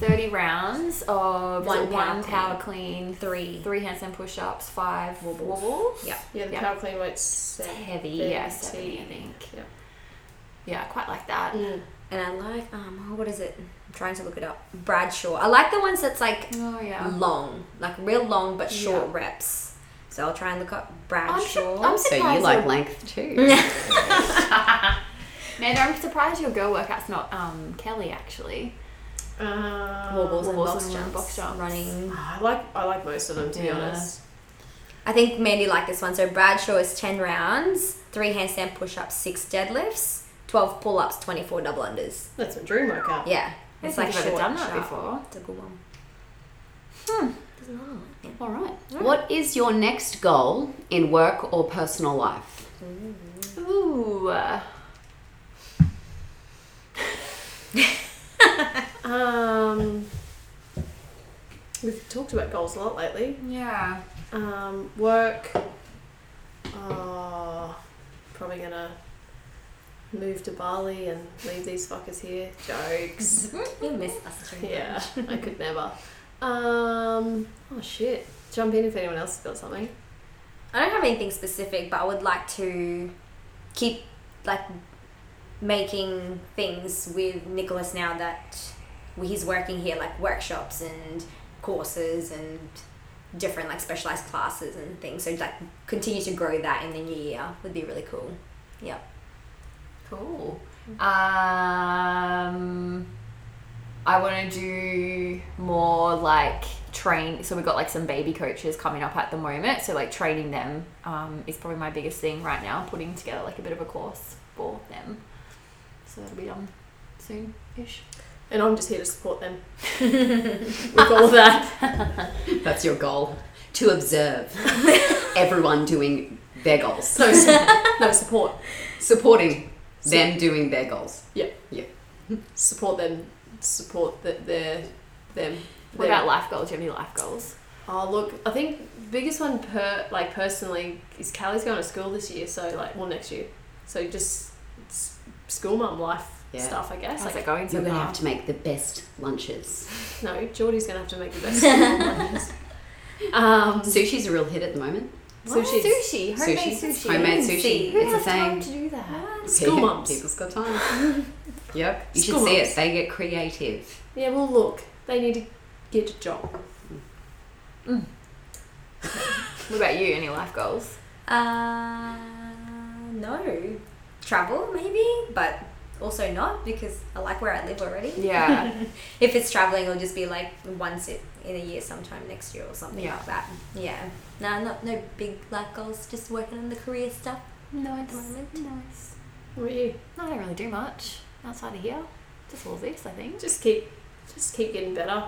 D: 30 rounds of
C: One
D: one, one
C: power clean.
D: power clean,
C: Three.
D: three handstand push ups, five wobbles.
C: Yeah.
B: Yeah, the
D: Yeah.
B: power clean weight's
D: It's
B: seven.
D: heavy, yeah,
B: Seventy.
D: 70, I think.
B: Yeah.
D: Yeah, I quite like that.
B: Mm.
C: And I like, um, what is it? I'm trying to look it up. Bradshaw. I like the ones that's like
D: Oh, yeah.
C: long, like real long but short
D: Yeah.
C: reps. So I'll try and look up
D: I'm, su-
C: Bradshaw.
D: I'm
A: So
D: surprised.
A: you like
D: your-
A: length too? [LAUGHS]
D: Amanda, I'm surprised your girl workout's not um, Kelly, actually.
B: Um,
C: Wobbles and
D: Wobbles
C: box
D: and
C: jumps,
D: box jumps.
C: running.
B: I like I like most of them to be
D: Yeah.
B: honest.
C: I think Mandy liked this one. So Bradshaw is ten rounds, three handstand push-ups, six deadlifts, twelve pull-ups, twenty-four double unders.
B: That's my dream workout.
C: Yeah,
D: I don't think I've ever
C: short,
D: done that
C: sharp.
D: before. Hmm.
C: It's a good
D: All
C: one.
D: right.
A: What is your next goal in work or personal life?
D: Ooh. uh,
B: Um, we've talked about goals a lot lately.
D: Yeah.
B: Um, work. Uh, probably gonna move to Bali and leave these fuckers here.
C: [LAUGHS]
B: Jokes.
C: You miss us too.
B: yeah, [LAUGHS] I could never. Um, oh shit. Jump in if anyone else has got something.
C: I don't have anything specific, but I would like to keep like making things with Nicholas now that he's working here, like workshops and courses and different like specialized classes and things. So like continue to grow that in the new year would be really cool.
D: Cool. Um, I want to do more like train. So we've got like some baby coaches coming up at the moment. So like training them um, is probably my biggest thing right now. Putting together like a bit of a course for them. So that'll be done soon ish.
B: And I'm just here to support them with all that.
A: That's your goal to observe [LAUGHS] everyone doing their goals,
B: No, su- no support.
A: supporting them doing their goals.
B: Support them. Support the, their them.
D: What
B: their-
D: about life goals? Do you have any life goals?
B: Oh look, I think biggest one per like personally is Callie's going to school this year, so like well next year, so just s- school mum life
A: Yeah.
B: stuff, I guess.
D: How's
B: Like
D: it going so
A: You're gonna
D: far?
A: have
D: [LAUGHS]
A: to make the best lunches.
B: no, Geordie's going to have to make the best. school mum lunches. um,
A: Sushi's a real hit at the moment.
D: What?
B: Sushi.
D: Sushi.
A: Sushi.
D: Homemade sushi.
A: Homemade
C: Fancy.
A: sushi.
D: Who
A: [LAUGHS] it's a
D: has time
A: thing.
D: to do that?
B: School
A: People-
B: mums.
A: People's got time. [LAUGHS] yep. You
B: School
A: should see
B: mums.
A: it. They get creative.
B: yeah, well look, they need to get a job.
D: What about you? Any life goals?
C: Uh, no. Travel maybe, but also not because I like where I live already.
D: [LAUGHS] Yeah.
C: If it's traveling, it'll just be like once it in a year, sometime next year or something
D: Yeah.
C: like that. Yeah. No, not no big life goals. Just working on the career stuff at the
D: nice.
C: moment.
D: Nice.
B: What are you?
D: No, I don't really do much outside of here. Just all this, I [LAUGHS] think.
B: Just keep, just keep getting better.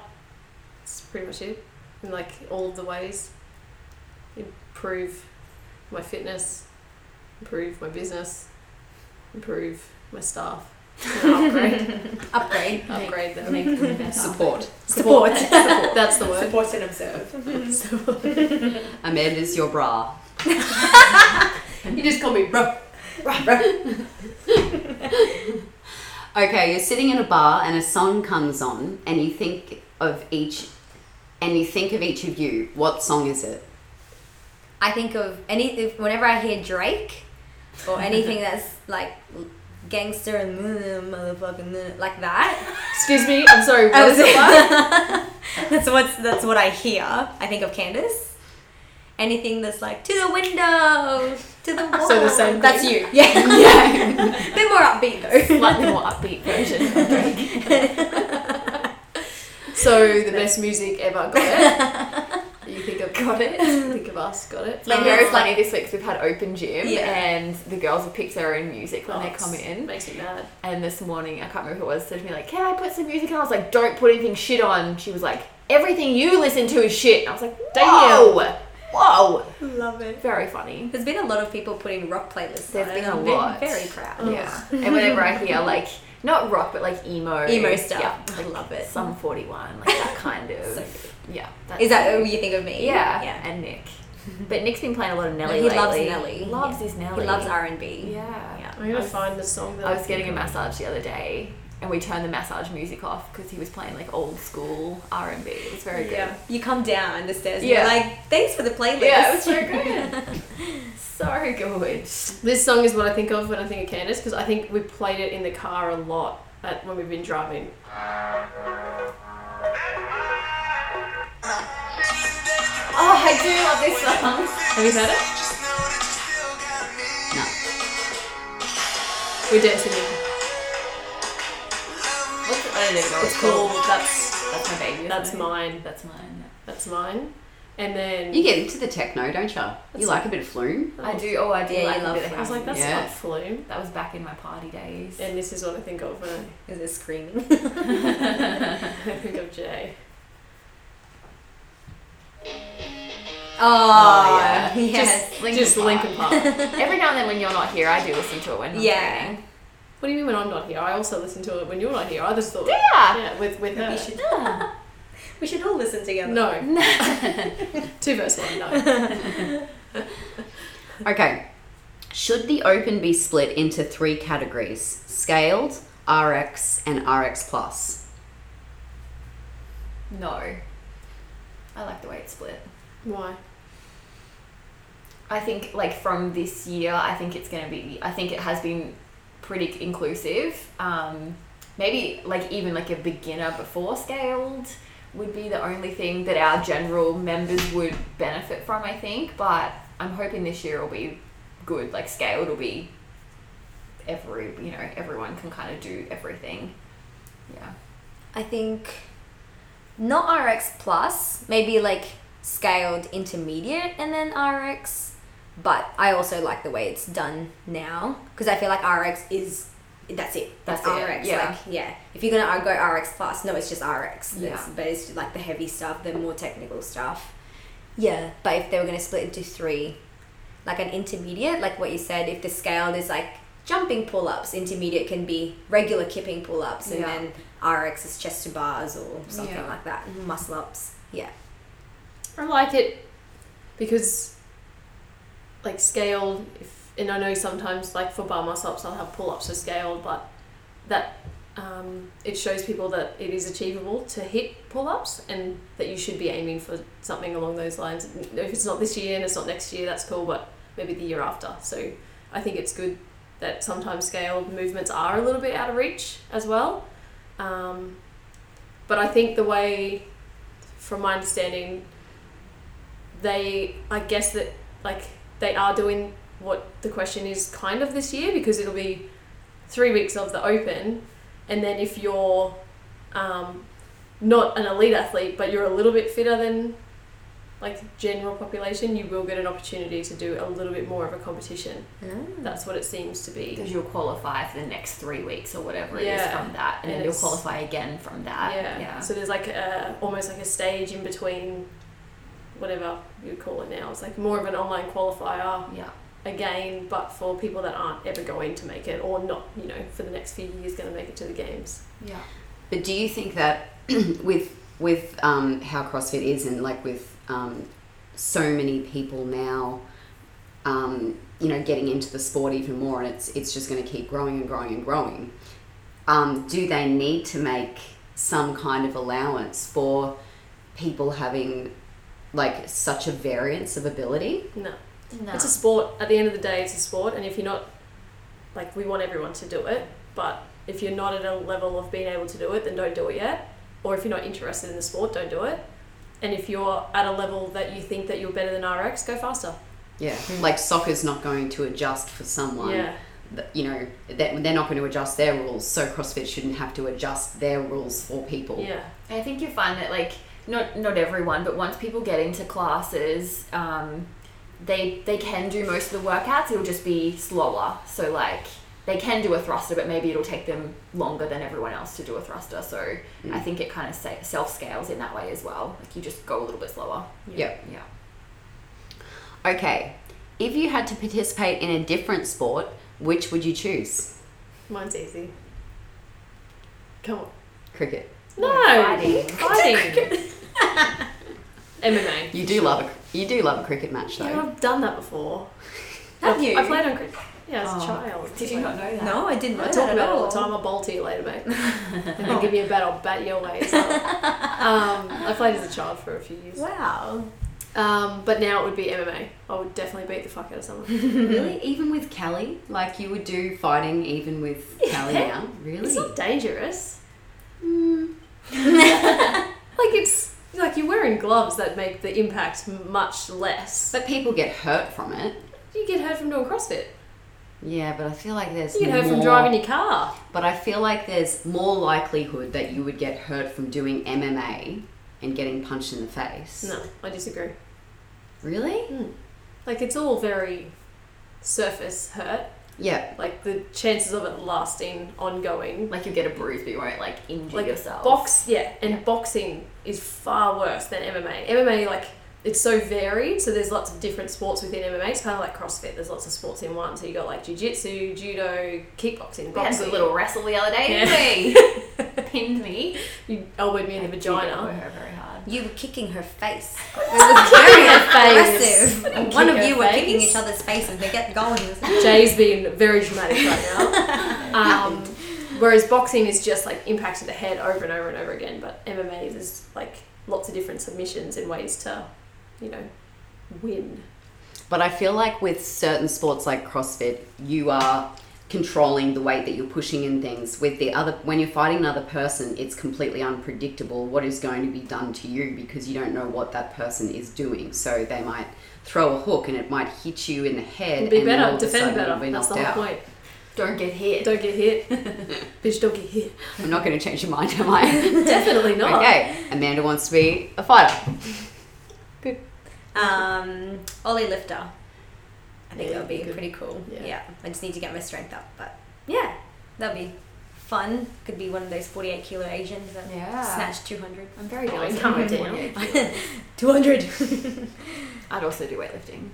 B: That's pretty much it. In like all of the ways, improve my fitness, improve my business, improve my staff. [LAUGHS] upgrade,
C: Upgrade.
B: upgrade them.
C: Make them better.
A: Support.
B: Support. That's the word.
C: Support and observe.
A: Amanda's your bra.
B: [LAUGHS] You just call me bro.
A: Okay, you're sitting in a bar and a song comes on and you think of each and you think of each of you. What song is it?
C: I think of any if, whenever I hear Drake or anything
B: [LAUGHS]
C: that's like gangster and motherfucking like that.
B: [LAUGHS] Excuse me. I'm sorry. What
C: Oh,
B: is it?
C: [LAUGHS] that's what's that's what I hear. I think of Candace. Anything that's like to the window, to the wall.
B: [LAUGHS] So the same
C: That's
B: thing?
C: you. [LAUGHS] Yeah.
B: [LAUGHS]
C: yeah. Bit more upbeat though.
D: [LAUGHS] Slightly more upbeat version.
B: [LAUGHS] So the best music ever. Got it. You think of got it. Think of us. Got it.
D: Like
C: Um,
D: very funny this week 'cause we've had open gym
C: Yeah.
D: and the girls have picked their own music when they
B: Oh,
D: come in.
B: Makes me mad.
D: And this morning, I can't remember who it was, said to me like, "Can I put some music on?" I was like, "Don't put anything shit on." She was like, "Everything you listen to is shit." And I was like,
A: Damn.
D: "Whoa, whoa!"
C: Love it.
D: Very funny.
C: There's been a lot of people putting rock playlists.
D: There's
C: on,
D: been
C: and
D: a
C: I'm
D: lot. Mm.
C: Very proud.
D: Yeah. And whenever I hear like not rock but like emo,
C: Emo stuff.
D: yeah,
C: I love it.
D: some forty one, like that kind of,
C: So
D: yeah. That's
C: Is that who you think of me?
D: Yeah,
C: Yeah.
D: and Nick. But Nick's been playing a lot of Nelly
C: he
D: lately.
C: loves Nelly.
D: Loves his Nelly.
C: He loves R and B.
D: Yeah.
C: Yeah.
B: I'm gonna find the song that
D: I was getting a
B: think of.
D: massage the other day, and we turned the massage music off because he was playing like old school R and B. It was very good.
B: Yeah.
C: You come down the stairs. Yeah.
D: Yeah.
C: You're like thanks for the playlist.
D: Yeah, it was so good. [LAUGHS] so good.
B: This song is what I think of when I think of Candace because I think we played it in the car a lot at, when we've been driving.
D: Oh, I do love this [LAUGHS] song.
B: Have you heard it?
A: No.
B: We're dancing.
D: What's it? I don't know.
B: It's called That's
D: That's my baby. isn't
B: That's
D: it?
B: Mine.
D: That's mine.
B: That's Mine. And then
A: You get into the techno, don't you? You like a bit of flume.
D: I do. Oh, I do.
C: Yeah, you
D: like a
C: love
D: bit of
C: it.
B: I was like,
D: house
B: that's
A: Yeah.
B: not flume.
D: That was back in my party days.
B: And this is what I think of when I
C: [LAUGHS] Is it screaming?
B: I
D: [LAUGHS]
B: [LAUGHS] think of Jay.
C: Oh,
D: yeah.
C: [LAUGHS] yes.
D: Just,
B: Just [LAUGHS] Linkin Park. what
D: Every now and then, when you're not here, I do listen to it when I'm
C: Yeah.
D: training.
B: do you mean when I'm not here? I also listen to it when you're not here. I just thought,
D: Yeah.
B: yeah, with with
C: We
B: her.
C: should, [LAUGHS] we should all listen
B: [LAUGHS]
C: together.
B: No, [LAUGHS] two verse one. No,
A: Okay. Should the open be split into three categories scaled, RX, and RX Plus?
D: No. I like the way it's split.
B: Why?
D: I think like from this year, I think it's gonna be. I think it has been pretty inclusive. Um, maybe like even like a beginner before scaled would be the only thing that our general members would benefit from. I think, but I'm hoping this year will be good. Like scaled will be every you know everyone can kind of do everything. Yeah.
C: I think not RX plus, maybe like scaled intermediate and then RX. But I also like the way it's done now because I feel like RX is that's it. That's,
D: That's it,
C: RX.
D: yeah.
C: Like yeah, if you're gonna go RX plus, no, it's just RX.
D: Yeah.
C: It's- but it's like the heavy stuff, the more technical stuff. Yeah, but if they were gonna split into three, like an intermediate, like what you said, if the scaled is like jumping pull ups, intermediate can be regular kipping pull ups, and
D: Yeah.
C: then RX is chest to bars or something
D: Yeah.
C: like that, muscle ups. Yeah.
B: I like it because, like, scaled, if, and I know sometimes, like, for bar muscle ups, I'll have pull ups for scaled, but that um, it shows people that it is achievable to hit pull ups and that you should be aiming for something along those lines. If it's not this year and it's not next year, that's cool, but maybe the year after. So I think it's good that sometimes scaled movements are a little bit out of reach as well. Um, but I think the way, from my understanding, they I guess that like they are doing what the question is kind of this year because it'll be three weeks of the open and then if you're um, not an elite athlete but you're a little bit fitter than like general population you will get an opportunity to do a little bit more of a competition
D: Hmm.
B: that's what it seems to be
D: Because you'll qualify for the next three weeks or whatever it is
B: Yeah.
D: from that, and
B: And
D: then you'll
B: it's-
D: qualify again from that.
B: yeah.
D: uh, yeah.
B: So there's like a, almost like a stage in between whatever you call it now. It's like more of an online qualifier
D: Yeah.
B: again, but for people that aren't ever going to make it or not, you know, for the next few years going to make it to the games.
D: Yeah.
A: But do you think that [CLEARS THROAT] with with um, how CrossFit is and like with um, so many people now, um, you know, getting into the sport even more, and it's it's just going to keep growing and growing and growing. Um, do they need to make some kind of allowance for people having like such a variance of ability?
B: No.
D: No.
B: It's a sport. At the end of the day, it's a sport. And if you're not, like, we want everyone to do it, but if you're not at a level of being able to do it, then don't do it yet. Or if you're not interested in the sport, don't do it. And if you're at a level that you think that you're better than RX, go faster.
A: Yeah, like soccer's not going to adjust for someone.
B: Yeah. Yeah.
D: I think you find that like not not everyone, but once people get into classes, um, they they can do most of the workouts. It'll just be slower. So like they can do a thruster, but maybe it'll take them longer than everyone else to do a thruster. So I
B: Mm.
D: think it kind of self scales in that way as well. Like you just go a little bit slower.
A: yep
D: Yeah.
A: okay if you had to participate in a different sport which would you choose
B: Mine's easy. Come on.
A: cricket
B: No.
D: Fighting.
B: Fighting. MMA.
A: you do love a you do love a cricket match though
B: Yeah, I've done that before.
C: Have
B: I've-
C: you?
B: I played on cricket. Yeah, as
D: Oh,
B: a child.
D: Did you not know that?
C: I didn't
B: I talk about it all the time. I'll bowl to you later, [LAUGHS] mate. and then give me a bat, I'll bat your way. [LAUGHS] So. um, I played as a child for a few years.
C: Wow.
B: Um, but now it would be MMA. I would definitely beat the fuck out of [LAUGHS] someone.
A: really even with Kelly like you would do fighting even [LAUGHS] with Kelly now
B: It's
A: really
B: not dangerous. Hmm. [LAUGHS] like it's like you're wearing gloves that make the impact much less.
A: but people get hurt from it
B: You get hurt from doing CrossFit.
A: yeah but I feel like there's
B: You get hurt
A: more,
B: from driving your car.
A: but I feel like there's more likelihood that you would get hurt from doing MMA and getting punched in the face
B: No, I disagree.
A: really
B: Hmm. Like it's all very surface hurt.
A: yeah
B: Like the chances of it lasting ongoing
D: Like you get a bruise, but you won't like injure
B: like
D: yourself.
B: box yeah and boxing is far worse than mma mma like it's so varied so there's lots of different sports within mma it's kind of like crossfit there's lots of sports in one so you got like jiu-jitsu judo kickboxing
D: We had a
B: boxing
D: little wrestle the other day,
B: Yeah.
D: didn't we? [LAUGHS] Pinned me.
B: [LAUGHS] you elbowed me in the
D: Yeah,
B: vagina
D: Were very hard.
C: You were kicking
B: [LAUGHS]
C: her face. It was very
B: face.
C: aggressive. One
B: kicking
C: of you
B: her
C: were
B: face.
C: kicking each other's faces. They get going.
B: Jay's being very dramatic right
D: [LAUGHS]
B: now. Um, whereas boxing is just like impact to the head over and over and over again, but MMA there's like lots of different submissions and ways to, you know, win.
A: But I feel like with certain sports like CrossFit, you are controlling the weight that you're pushing in things. With the other, when you're fighting another person, it's completely unpredictable what is going to be done to you because you don't know what that person is doing. So they might throw a hook and it might hit you in the head.
B: Be
A: and then all
B: better,
A: of a
B: defend
A: sudden
B: better.
A: you'll be
B: That's the
A: knocked
B: whole
A: out.
B: point.
D: Don't get hit.
B: Don't get hit.
D: [LAUGHS]
B: Bitch, don't get hit.
A: I'm not going to change your mind,
B: [LAUGHS]
A: am I? [LAUGHS]
B: Definitely not.
A: okay, Amanda wants to be a fighter.
C: Um, Ollie lifter. I think
B: Yeah,
C: that would be
B: good.
C: pretty cool.
B: Yeah.
C: Yeah. I just need to get my strength up, but yeah, that'd be fun. Could be one of those forty-eight kilo Asians that
D: Yeah.
C: snatch two hundred.
D: I'm very
B: Oh,
D: jealous.
B: come
D: [LAUGHS] of people
B: down.
D: doing it.
C: [LAUGHS] Two hundred.
D: I'd also do weightlifting.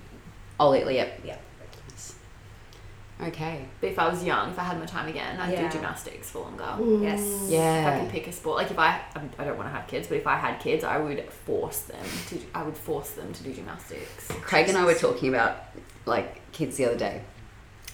A: I'll eat yep.
C: yeah.
A: Okay.
D: But if I was young, if I had my time again, I'd
C: Yeah.
D: do gymnastics for longer.
B: Mm.
C: Yes.
D: If I could
A: Yeah.
D: pick a sport, like if I, um, I don't want to have kids, but if I had kids, I would force them to. I would force them to do gymnastics.
A: Craig and I were talking about like kids the other day,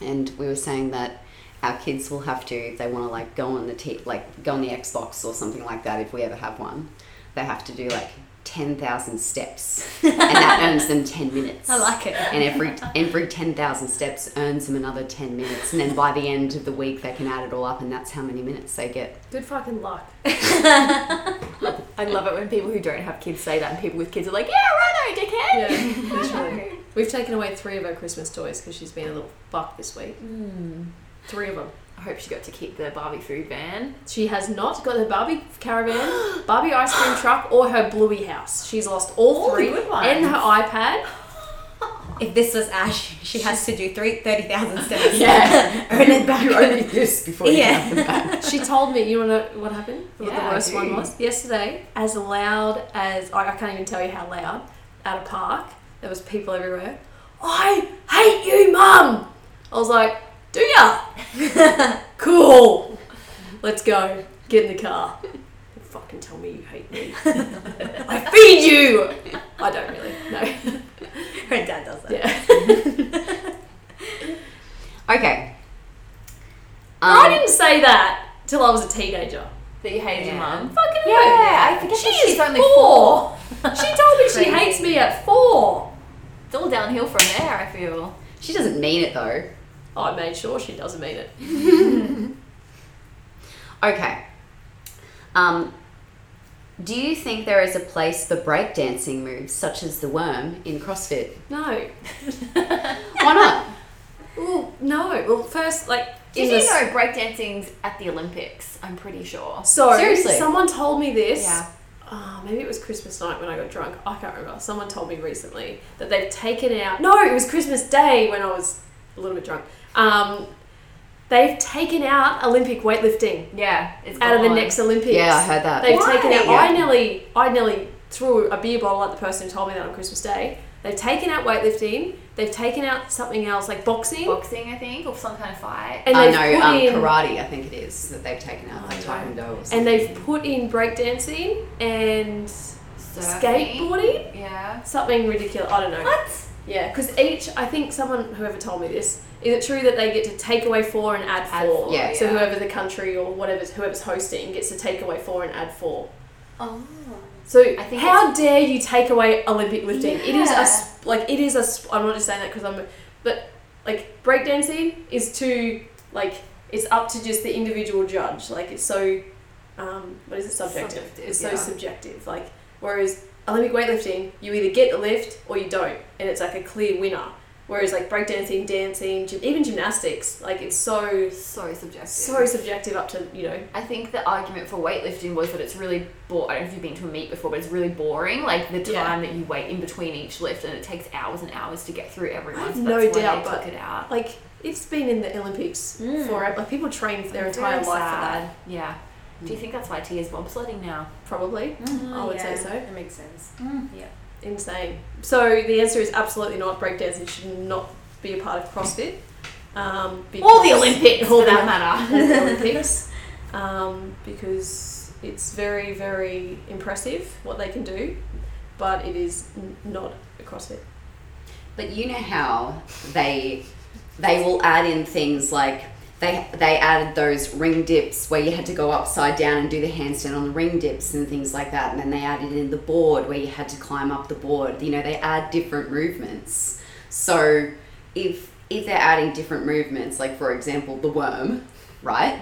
A: and we were saying that our kids will have to if they want to like go on the t- like go on the Xbox or something like that if we ever have one, they have to do like ten thousand steps, and
C: [LAUGHS]
A: that earns them ten minutes.
C: I like it.
A: And every every ten thousand steps earns them another ten minutes, and then by the end of the week they can add it all up, and that's how many minutes they get.
B: Good fucking
D: [LAUGHS]
B: luck.
D: I love it when people who don't have kids say that, and people with kids are like, "Yeah, righto, dickhead."
B: Yeah, literally. We've taken away three of her Christmas toys because she's been a little fuck this week.
D: Mm.
B: Three of them.
D: I hope she got to keep the Barbie food van.
B: She has not got her Barbie caravan, [GASPS] Barbie ice cream truck, or her Bluey house. She's lost all
D: All the
B: three
D: good ones.
B: and her
A: [LAUGHS]
B: iPad.
C: If this was Ash, [LAUGHS] she has to do three thirty thousand steps. [LAUGHS]
D: Yeah.
C: Earn
D: [LAUGHS]
C: it back.
A: this before
C: you Yeah. have
B: She told me, you wanna know what happened? What
D: Yeah,
B: the
D: I
B: worst one
A: do.
B: was? Yesterday, as loud as I, I can't even tell you how loud, at a park, there was people everywhere. I hate you, mum! I was like, do ya? [LAUGHS] cool. Let's go. Get in the car. Don't fucking tell me you hate
D: [LAUGHS]
B: me. I feed you! I don't really. No.
C: Her dad does that.
B: Yeah.
C: [LAUGHS]
A: Okay. Um,
B: I didn't say that till I was a teenager.
D: That you hated your
A: Yeah.
D: mum.
B: Fucking
D: Yeah, I forget
B: She
D: that she's
B: is
D: only
B: four. [LAUGHS] She told me she
C: Crazy.
B: hates me at four.
D: It's all downhill from there. I feel.
A: she doesn't mean it though.
B: Oh, I made sure she doesn't mean it.
A: Okay. Um, do you think there is a place for breakdancing moves such as the worm in CrossFit?
B: [LAUGHS] No.
A: Why not?
B: Ooh, no. Well, first, like,
D: Did
B: in
D: you
B: the-
D: know breakdancing's at the Olympics? I'm pretty sure.
B: So,
A: Seriously?
B: someone told me this.
D: Yeah.
B: Oh, maybe it was Christmas night when I got drunk. I can't remember. Someone told me recently that they've taken out. No, it was Christmas Day when I was a little bit drunk. Um, they've taken out Olympic weightlifting
D: Yeah. It's
B: out of the
D: gone.
B: next Olympics.
A: Yeah, I heard that.
B: They've
D: Why?
B: taken out.
A: Yeah.
B: I nearly, I nearly threw a beer bottle at the person who told me that on Christmas Day. They've taken out weightlifting. They've taken out something else like boxing,
D: boxing, I think, or some kind of fight.
B: and
A: I
B: they've
A: know
B: put
A: um,
B: in
A: karate. I think it is that they've taken out like
B: Oh,
A: taekwondo. Or something.
B: and they've put in breakdancing and skateboarding.
D: Yeah.
B: Something ridiculous. I don't know.
D: What?
B: Yeah, because each, I think someone, whoever told me this, is it true that they get to take away four and add
D: Add
B: four?
D: four,
A: Yeah.
B: So
D: yeah.
B: whoever the country or whatever's whoever's hosting gets to take away four and add four.
C: Oh.
B: So
D: I think
B: how dare you take away Olympic lifting? It is a
D: Yeah.
B: sp- like it is a. Sp- I'm not just saying that because I'm, but like breakdancing is too like it's up to just the individual judge. Like it's so, um, what is it? Subjective.
D: Subjective,
B: it's
D: yeah.
B: so subjective. Like whereas Olympic weightlifting, you either get the lift or you don't, and it's like a clear winner. Whereas like breakdancing, dancing, gym, even gymnastics, like it's so
D: So subjective.
B: so subjective up to you know.
D: I think the argument for weightlifting was that it's really bo- I don't know if you've been to a meet before, but it's really boring. Like the
B: Yeah.
D: time that you wait in between each lift, and it takes hours and hours to get through everyone's.
B: no
D: That's why
B: doubt,
D: they
B: but-
D: took it out.
B: Like it's been in the Olympics
D: Mm.
B: forever. Like people train their
D: It's
B: entire life
D: very
B: for that. Hmm.
D: sad. Yeah. Do you think that's why Tia's bobsledding now?
B: Probably. I would say so.
C: Oh, That makes sense. Yeah.
B: Insane. So the answer is absolutely not. Breakdancing should not be a part of CrossFit. Um,
D: All the
B: because-
D: Olympics,
B: All
D: for
B: the- [LAUGHS]
D: that matter.
B: all the Olympics. um, because it's very, very impressive what they can do, but it is n- not a CrossFit.
A: But you know how they they will add in things like they they added those ring dips where you had to go upside down and do the handstand on the ring dips and things like that, and then they added in the board where you had to climb up the board. You know, they add different movements. So if if they're adding different movements, like for example the worm, right?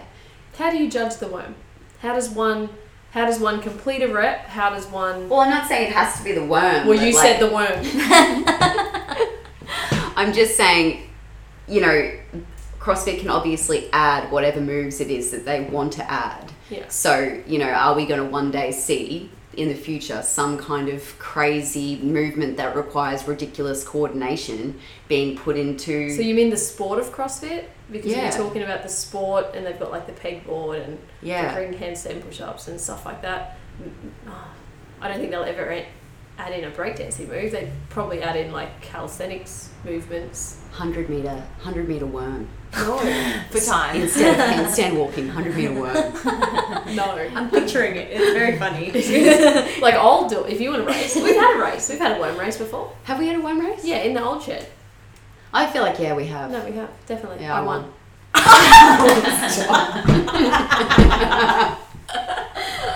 B: How do you judge the worm? How does one how does one complete a rep? How does one
A: Well, I'm not saying it has to be the worm.
B: Well
A: but
B: you
A: like-
B: said the worm.
A: I'm just saying, you know, CrossFit can obviously add whatever moves it is that they want to add.
B: Yeah.
A: So, you know, are we going to one day see in the future some kind of crazy movement that requires ridiculous coordination being put into?
B: So you mean the sport of CrossFit? Because
A: Yeah.
B: you're talking about the sport and they've got like the pegboard and
A: yeah.
B: ring handstand push-ups and stuff like that. Mm, oh, I don't think they'll ever a- add in a breakdancing move. They probably add in like calisthenics movements.
A: [LAUGHS] 100 meter, 100 meter worm.
B: No,
D: for time.
A: Instead of
B: [LAUGHS]
A: handstand walking, 100 meter worm.
B: no.
C: I'm picturing it. It's very funny.
B: Like I'll do it if you want to race. We've had a race. We've had a worm race before.
A: Have we had a worm race?
B: Yeah, in the old shed.
A: I feel like, yeah, we have.
B: No, we have definitely.
A: Yeah,
B: I won.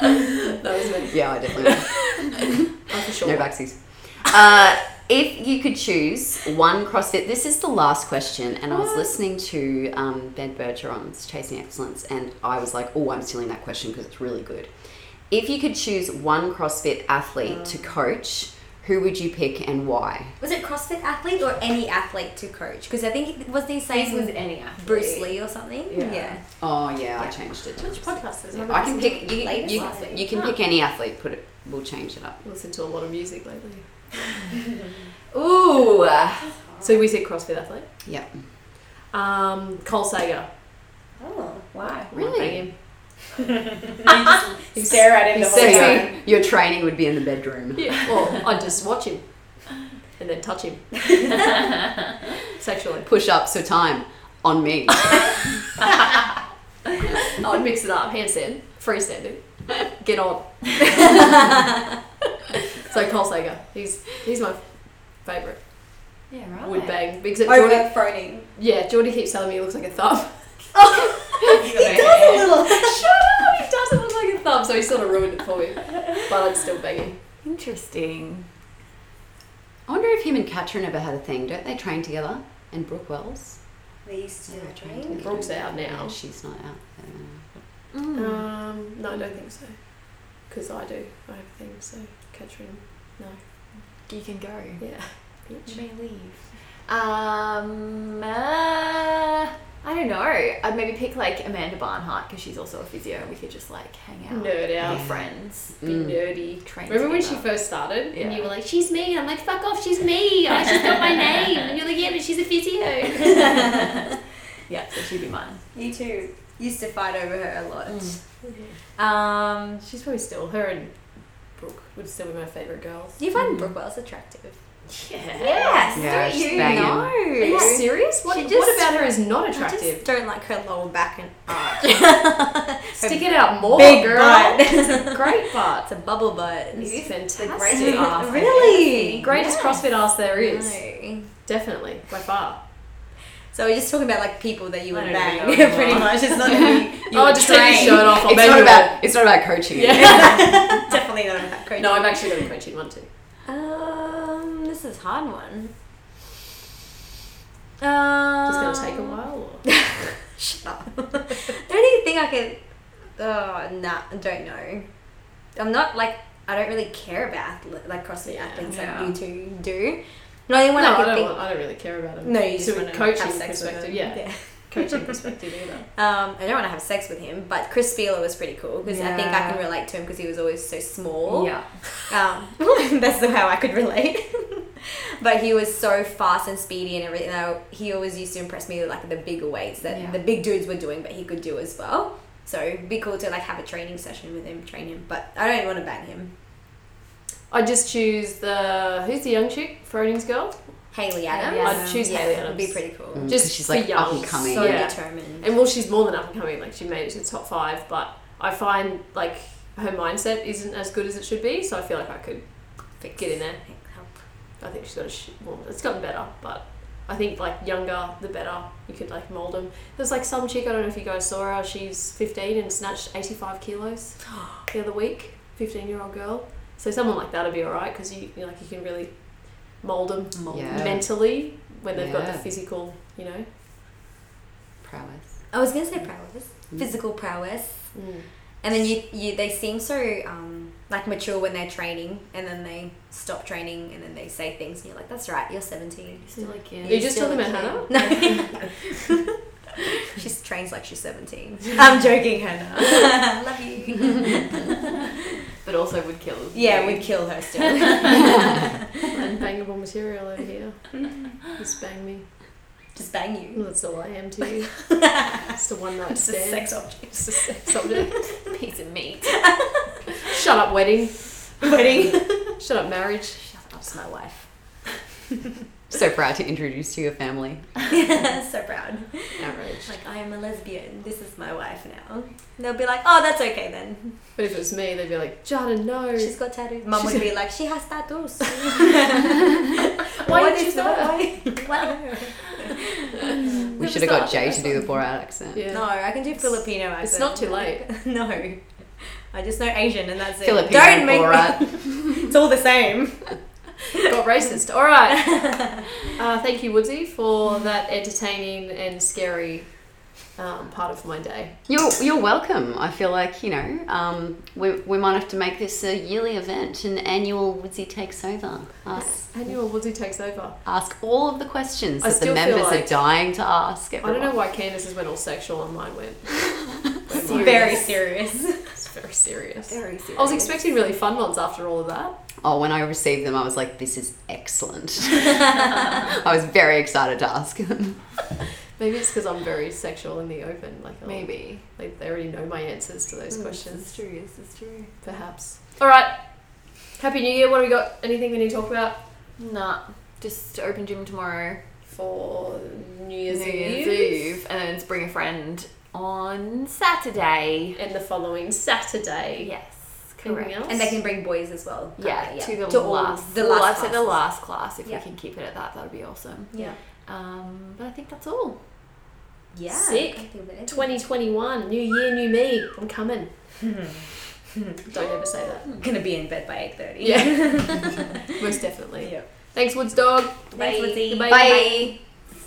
B: that was me.
A: Yeah, I definitely have.
B: I for sure.
A: No backsies. Uh, if you could choose one CrossFit, this is the last question, and I was listening to um, Ben Bergeron's Chasing Excellence, and I was like, oh, I'm stealing that question because it's really good. If you could choose one CrossFit athlete to coach, who would you pick and why?
C: [LAUGHS] was it CrossFit athlete or any athlete to coach? Because I think it was they
D: These
C: saying
D: was
C: was
D: any athlete.
C: Bruce Lee or something.
D: Yeah.
A: Oh yeah, I changed it.
B: Which podcast is it?
A: I can pick. You,
C: Latest
A: you,
C: athlete.
A: you can pick any athlete. Put it. We'll change it up.
B: Listen to a lot of music lately.
A: [LAUGHS] Ooh. uh,
B: So we said CrossFit athlete.
A: Yep.
B: Um, Cole Sager.
C: Oh, wow.
A: Really?
B: [LAUGHS]
C: You stare at him
B: the
A: So
B: whole
A: your-
B: time.
A: your training would be in the bedroom.
B: Yeah. Well, I'd just watch him and then touch him sexually.
A: Push ups for time on me.
B: I'd mix it up, handstand, freestanding. Get on. so Cole Sager, he's he's my favourite.
D: Yeah, right.
B: Would [LAUGHS] bang because Jordy,
C: Over phoning.
B: yeah, Jordy keeps telling me he looks like a thumb. [LAUGHS]
C: he does a [LAUGHS] little.
B: Shut up! He doesn't look like a thumb, so he sort of ruined it for me. But I'd still bang him.
D: Interesting.
A: I wonder if him and Katrin ever had a thing. Don't they train together? And Brooke Wells?
C: They used to train.
B: Brooke's out now.
A: Yeah, she's not out.
D: Mm.
B: Um, no, I don't think so. Because I do. I have a thing. So Katrin, no.
D: You can go.
B: Yeah.
D: You may leave. Um, uh, I don't know. I'd maybe pick like Amanda Barnhart because she's also a physio and we could just like hang out.
B: Nerd
D: Be
B: out.
D: friends.
B: Be
A: Mm.
B: nerdy.
D: Train
B: Remember when she
D: together.
B: first started?
D: Yeah.
B: And you were like, she's me. And I'm like, fuck off, she's me. I just [LAUGHS] got my name. And you're like, yeah, but she's a physio.
D: [LAUGHS] Yeah, so she'd be mine.
C: You two used to fight over her a lot.
D: Um,
B: she's probably still, her and Brooke would still be my favourite girls.
C: Do you find Brooke Wells attractive?
B: Yeah.
C: Yes.
A: Yeah,
C: don't
A: she's
C: you
A: banging.
C: know?
B: Are you serious? What, what about her is not
C: I just
B: attractive?
C: don't like her lower back and arch.
B: Stick it out more,
C: Big
B: Oh, girl.
C: butt.
B: [LAUGHS]
C: [LAUGHS]
B: Great butt.
C: it's a bubble butt.
B: It's
C: It's the
B: fantastic.
C: greatest
B: ass.
C: ass. Really?
B: Greatest
C: Yes.
B: CrossFit ass there is.
C: No.
B: Definitely, by far.
C: So we're just talking about like people that you
D: I don't
C: would
D: know
C: bang,
D: who you
C: [LAUGHS] pretty
D: are.
C: much. It's not really
B: [LAUGHS]
C: you
B: oh,
C: would
B: just take
C: train.
B: your shirt off. I'll
A: It's
B: bang
A: not
B: you
A: about it's not about coaching.
B: Yeah.
C: [LAUGHS] Definitely not about crazy.
B: no, I'm actually going to coach in one too.
C: Um, this is a hard one. Um,
B: Just going to take a while. Or?
C: Shut up. [LAUGHS] the only thing I could. Oh, nah, I don't know. I'm not like. I don't really care about athle- like CrossFit
B: Yeah.
C: athletes
D: Yeah.
C: like you two do. The only one
B: no,
C: I
B: I,
C: could
B: don't
C: think.
B: want, I don't really care about him.
C: No, you just
B: So
C: want to
B: coaching
C: have sex with
B: perspective,
C: them.
B: yeah.
C: yeah.
B: coaching
C: [LAUGHS]
B: perspective either.
C: Um, I don't want to have sex with him, but Chris Spieler was pretty cool because I think I can relate to him because he was always so small.
D: yeah.
C: Um, [LAUGHS] that's the how I could relate. [LAUGHS] but he was so fast and speedy and everything. I, he always used to impress me with like the bigger weights that
D: Yeah.
C: the big dudes were doing, but he could do as well. So it'd be cool to like have a training session with him, train him. But I don't want to bang him.
B: I just choose the who's the young chick, Froding's girl.
C: Haley Adams.
D: I'd choose
C: yeah,
D: Hayley
C: Would be
D: Adams.
C: pretty cool.
A: Mm, 'cause
B: Just
A: she's
B: for
A: like up
B: young,
A: and coming.
B: so-
C: So
B: Yeah.
C: determined.
B: And well, she's more than up and coming. Like she made it to the top five, but I find like her mindset isn't as good as it should be. So I feel like I could
C: Fix.
B: get in there.
C: Help.
B: I think she's got a sh- well, it's gotten better, but I think like younger the better. You could like mold them. There's like some chick I don't know if you guys saw her. She's 15 and snatched 85 kilos the other week. 15 year old girl. So someone like that'd be alright because you you know, like you can really mold them
A: Yeah.
B: mentally when they've got the
A: Yeah.
B: physical. You know.
A: prowess.
C: [GASPS] I was gonna say prowess,
A: Mm.
C: physical prowess,
B: [LAUGHS]
C: and then you you they seem so um like mature when they're training, and then they stop training, and then they say things, and you're like, that's right, you're 17.
D: Still a kid.
B: Are you just talking about Hannah?
C: No. she trains like [LAUGHS] she's 17. [LAUGHS] I'm joking, Hannah. [LAUGHS] Love you.
D: But also would kill.
C: Yeah,
D: you.
C: we'd kill her still.
B: Unbangable material over here. Just bang me.
C: [LAUGHS] Just bang you.
B: That's all I am to you. It's the one night
C: It's a
B: stand.
C: sex object.
B: It's a sex object.
D: piece of meat.
B: Shut up, wedding.
C: Wedding.
B: [LAUGHS] Shut up, marriage.
C: That's my wife.
A: So proud to introduce to your family.
C: [LAUGHS] so proud.
B: Outrage.
C: Like, I am a lesbian. This is my wife now. They'll be like, oh, that's okay then.
B: But if it was me, they'd be like, Jada, no.
C: She's got tattoos. Mum would be like, she has [LAUGHS] tattoos.
B: Why
C: What
B: did you
C: is
B: say [LAUGHS]
C: that? [LAUGHS] Why? her?
A: We should have got Jay to do the Borat accent.
B: Yeah.
C: No, I can do Filipino accent.
B: It's not too late.
C: [LAUGHS] no. I just know Asian and that's it.
A: Filipino
C: Don't make
A: Borat.
C: me. [LAUGHS] It's all the same.
B: Got racist. All
C: [LAUGHS]
B: right. Uh, thank you, Woodsy, for that entertaining and scary um, part of my day.
A: You're, you're welcome. I feel like, you know, um, we, we might have to make this a yearly event, an annual Woodsy Takes Over. Ask,
B: Annual Woodsy takes over.
A: ask all of the questions
B: I
A: that the
B: still feel
A: members are
B: like-
A: dying to ask.
B: I
A: Everyone.
B: don't know why Candace's went all sexual and mine
A: [LAUGHS]
B: went. went mine.
C: Very serious.
B: It's very serious.
C: Very serious.
B: I was expecting really fun ones after all of that.
A: Oh, when I received them, I was like, this is
B: [LAUGHS]
A: excellent. [LAUGHS] I was very excited to ask them.
B: Maybe it's because I'm very sexual in the open. Like oh, I'll-
D: Maybe.
B: like they already know my answers to
D: Hmm.
B: those questions.
D: It's true. It's true.
B: Perhaps. All right. Happy New Year. What have we got? Anything we need to talk about
D: Nah. Just open gym tomorrow.
B: for New
D: New
B: Year's,
D: Year's
B: Eve?
D: Eve, and then it's bring a friend on Saturday.
B: And the following Saturday.
D: Yes,
B: Anything
D: correct.
B: else?
C: And they can bring boys as well. can't
D: Yeah,
C: they?
D: to the
C: all
D: last,
C: the last,
D: at the
C: classes.
D: last class. If
C: Yeah.
D: we can keep it at that, that would be awesome.
C: Yeah.
D: Um, but I think that's all.
C: Yeah.
B: Sick.
C: I think that is.
B: 2021, new year, new me. I'm coming. Don't ever say that.
C: Gonna be in bed by eight thirty. [LAUGHS]
B: Yeah. Most definitely. Thanks, Woods Dog.
C: Thanks, Lizzie.
B: Goodbye.
A: Bye.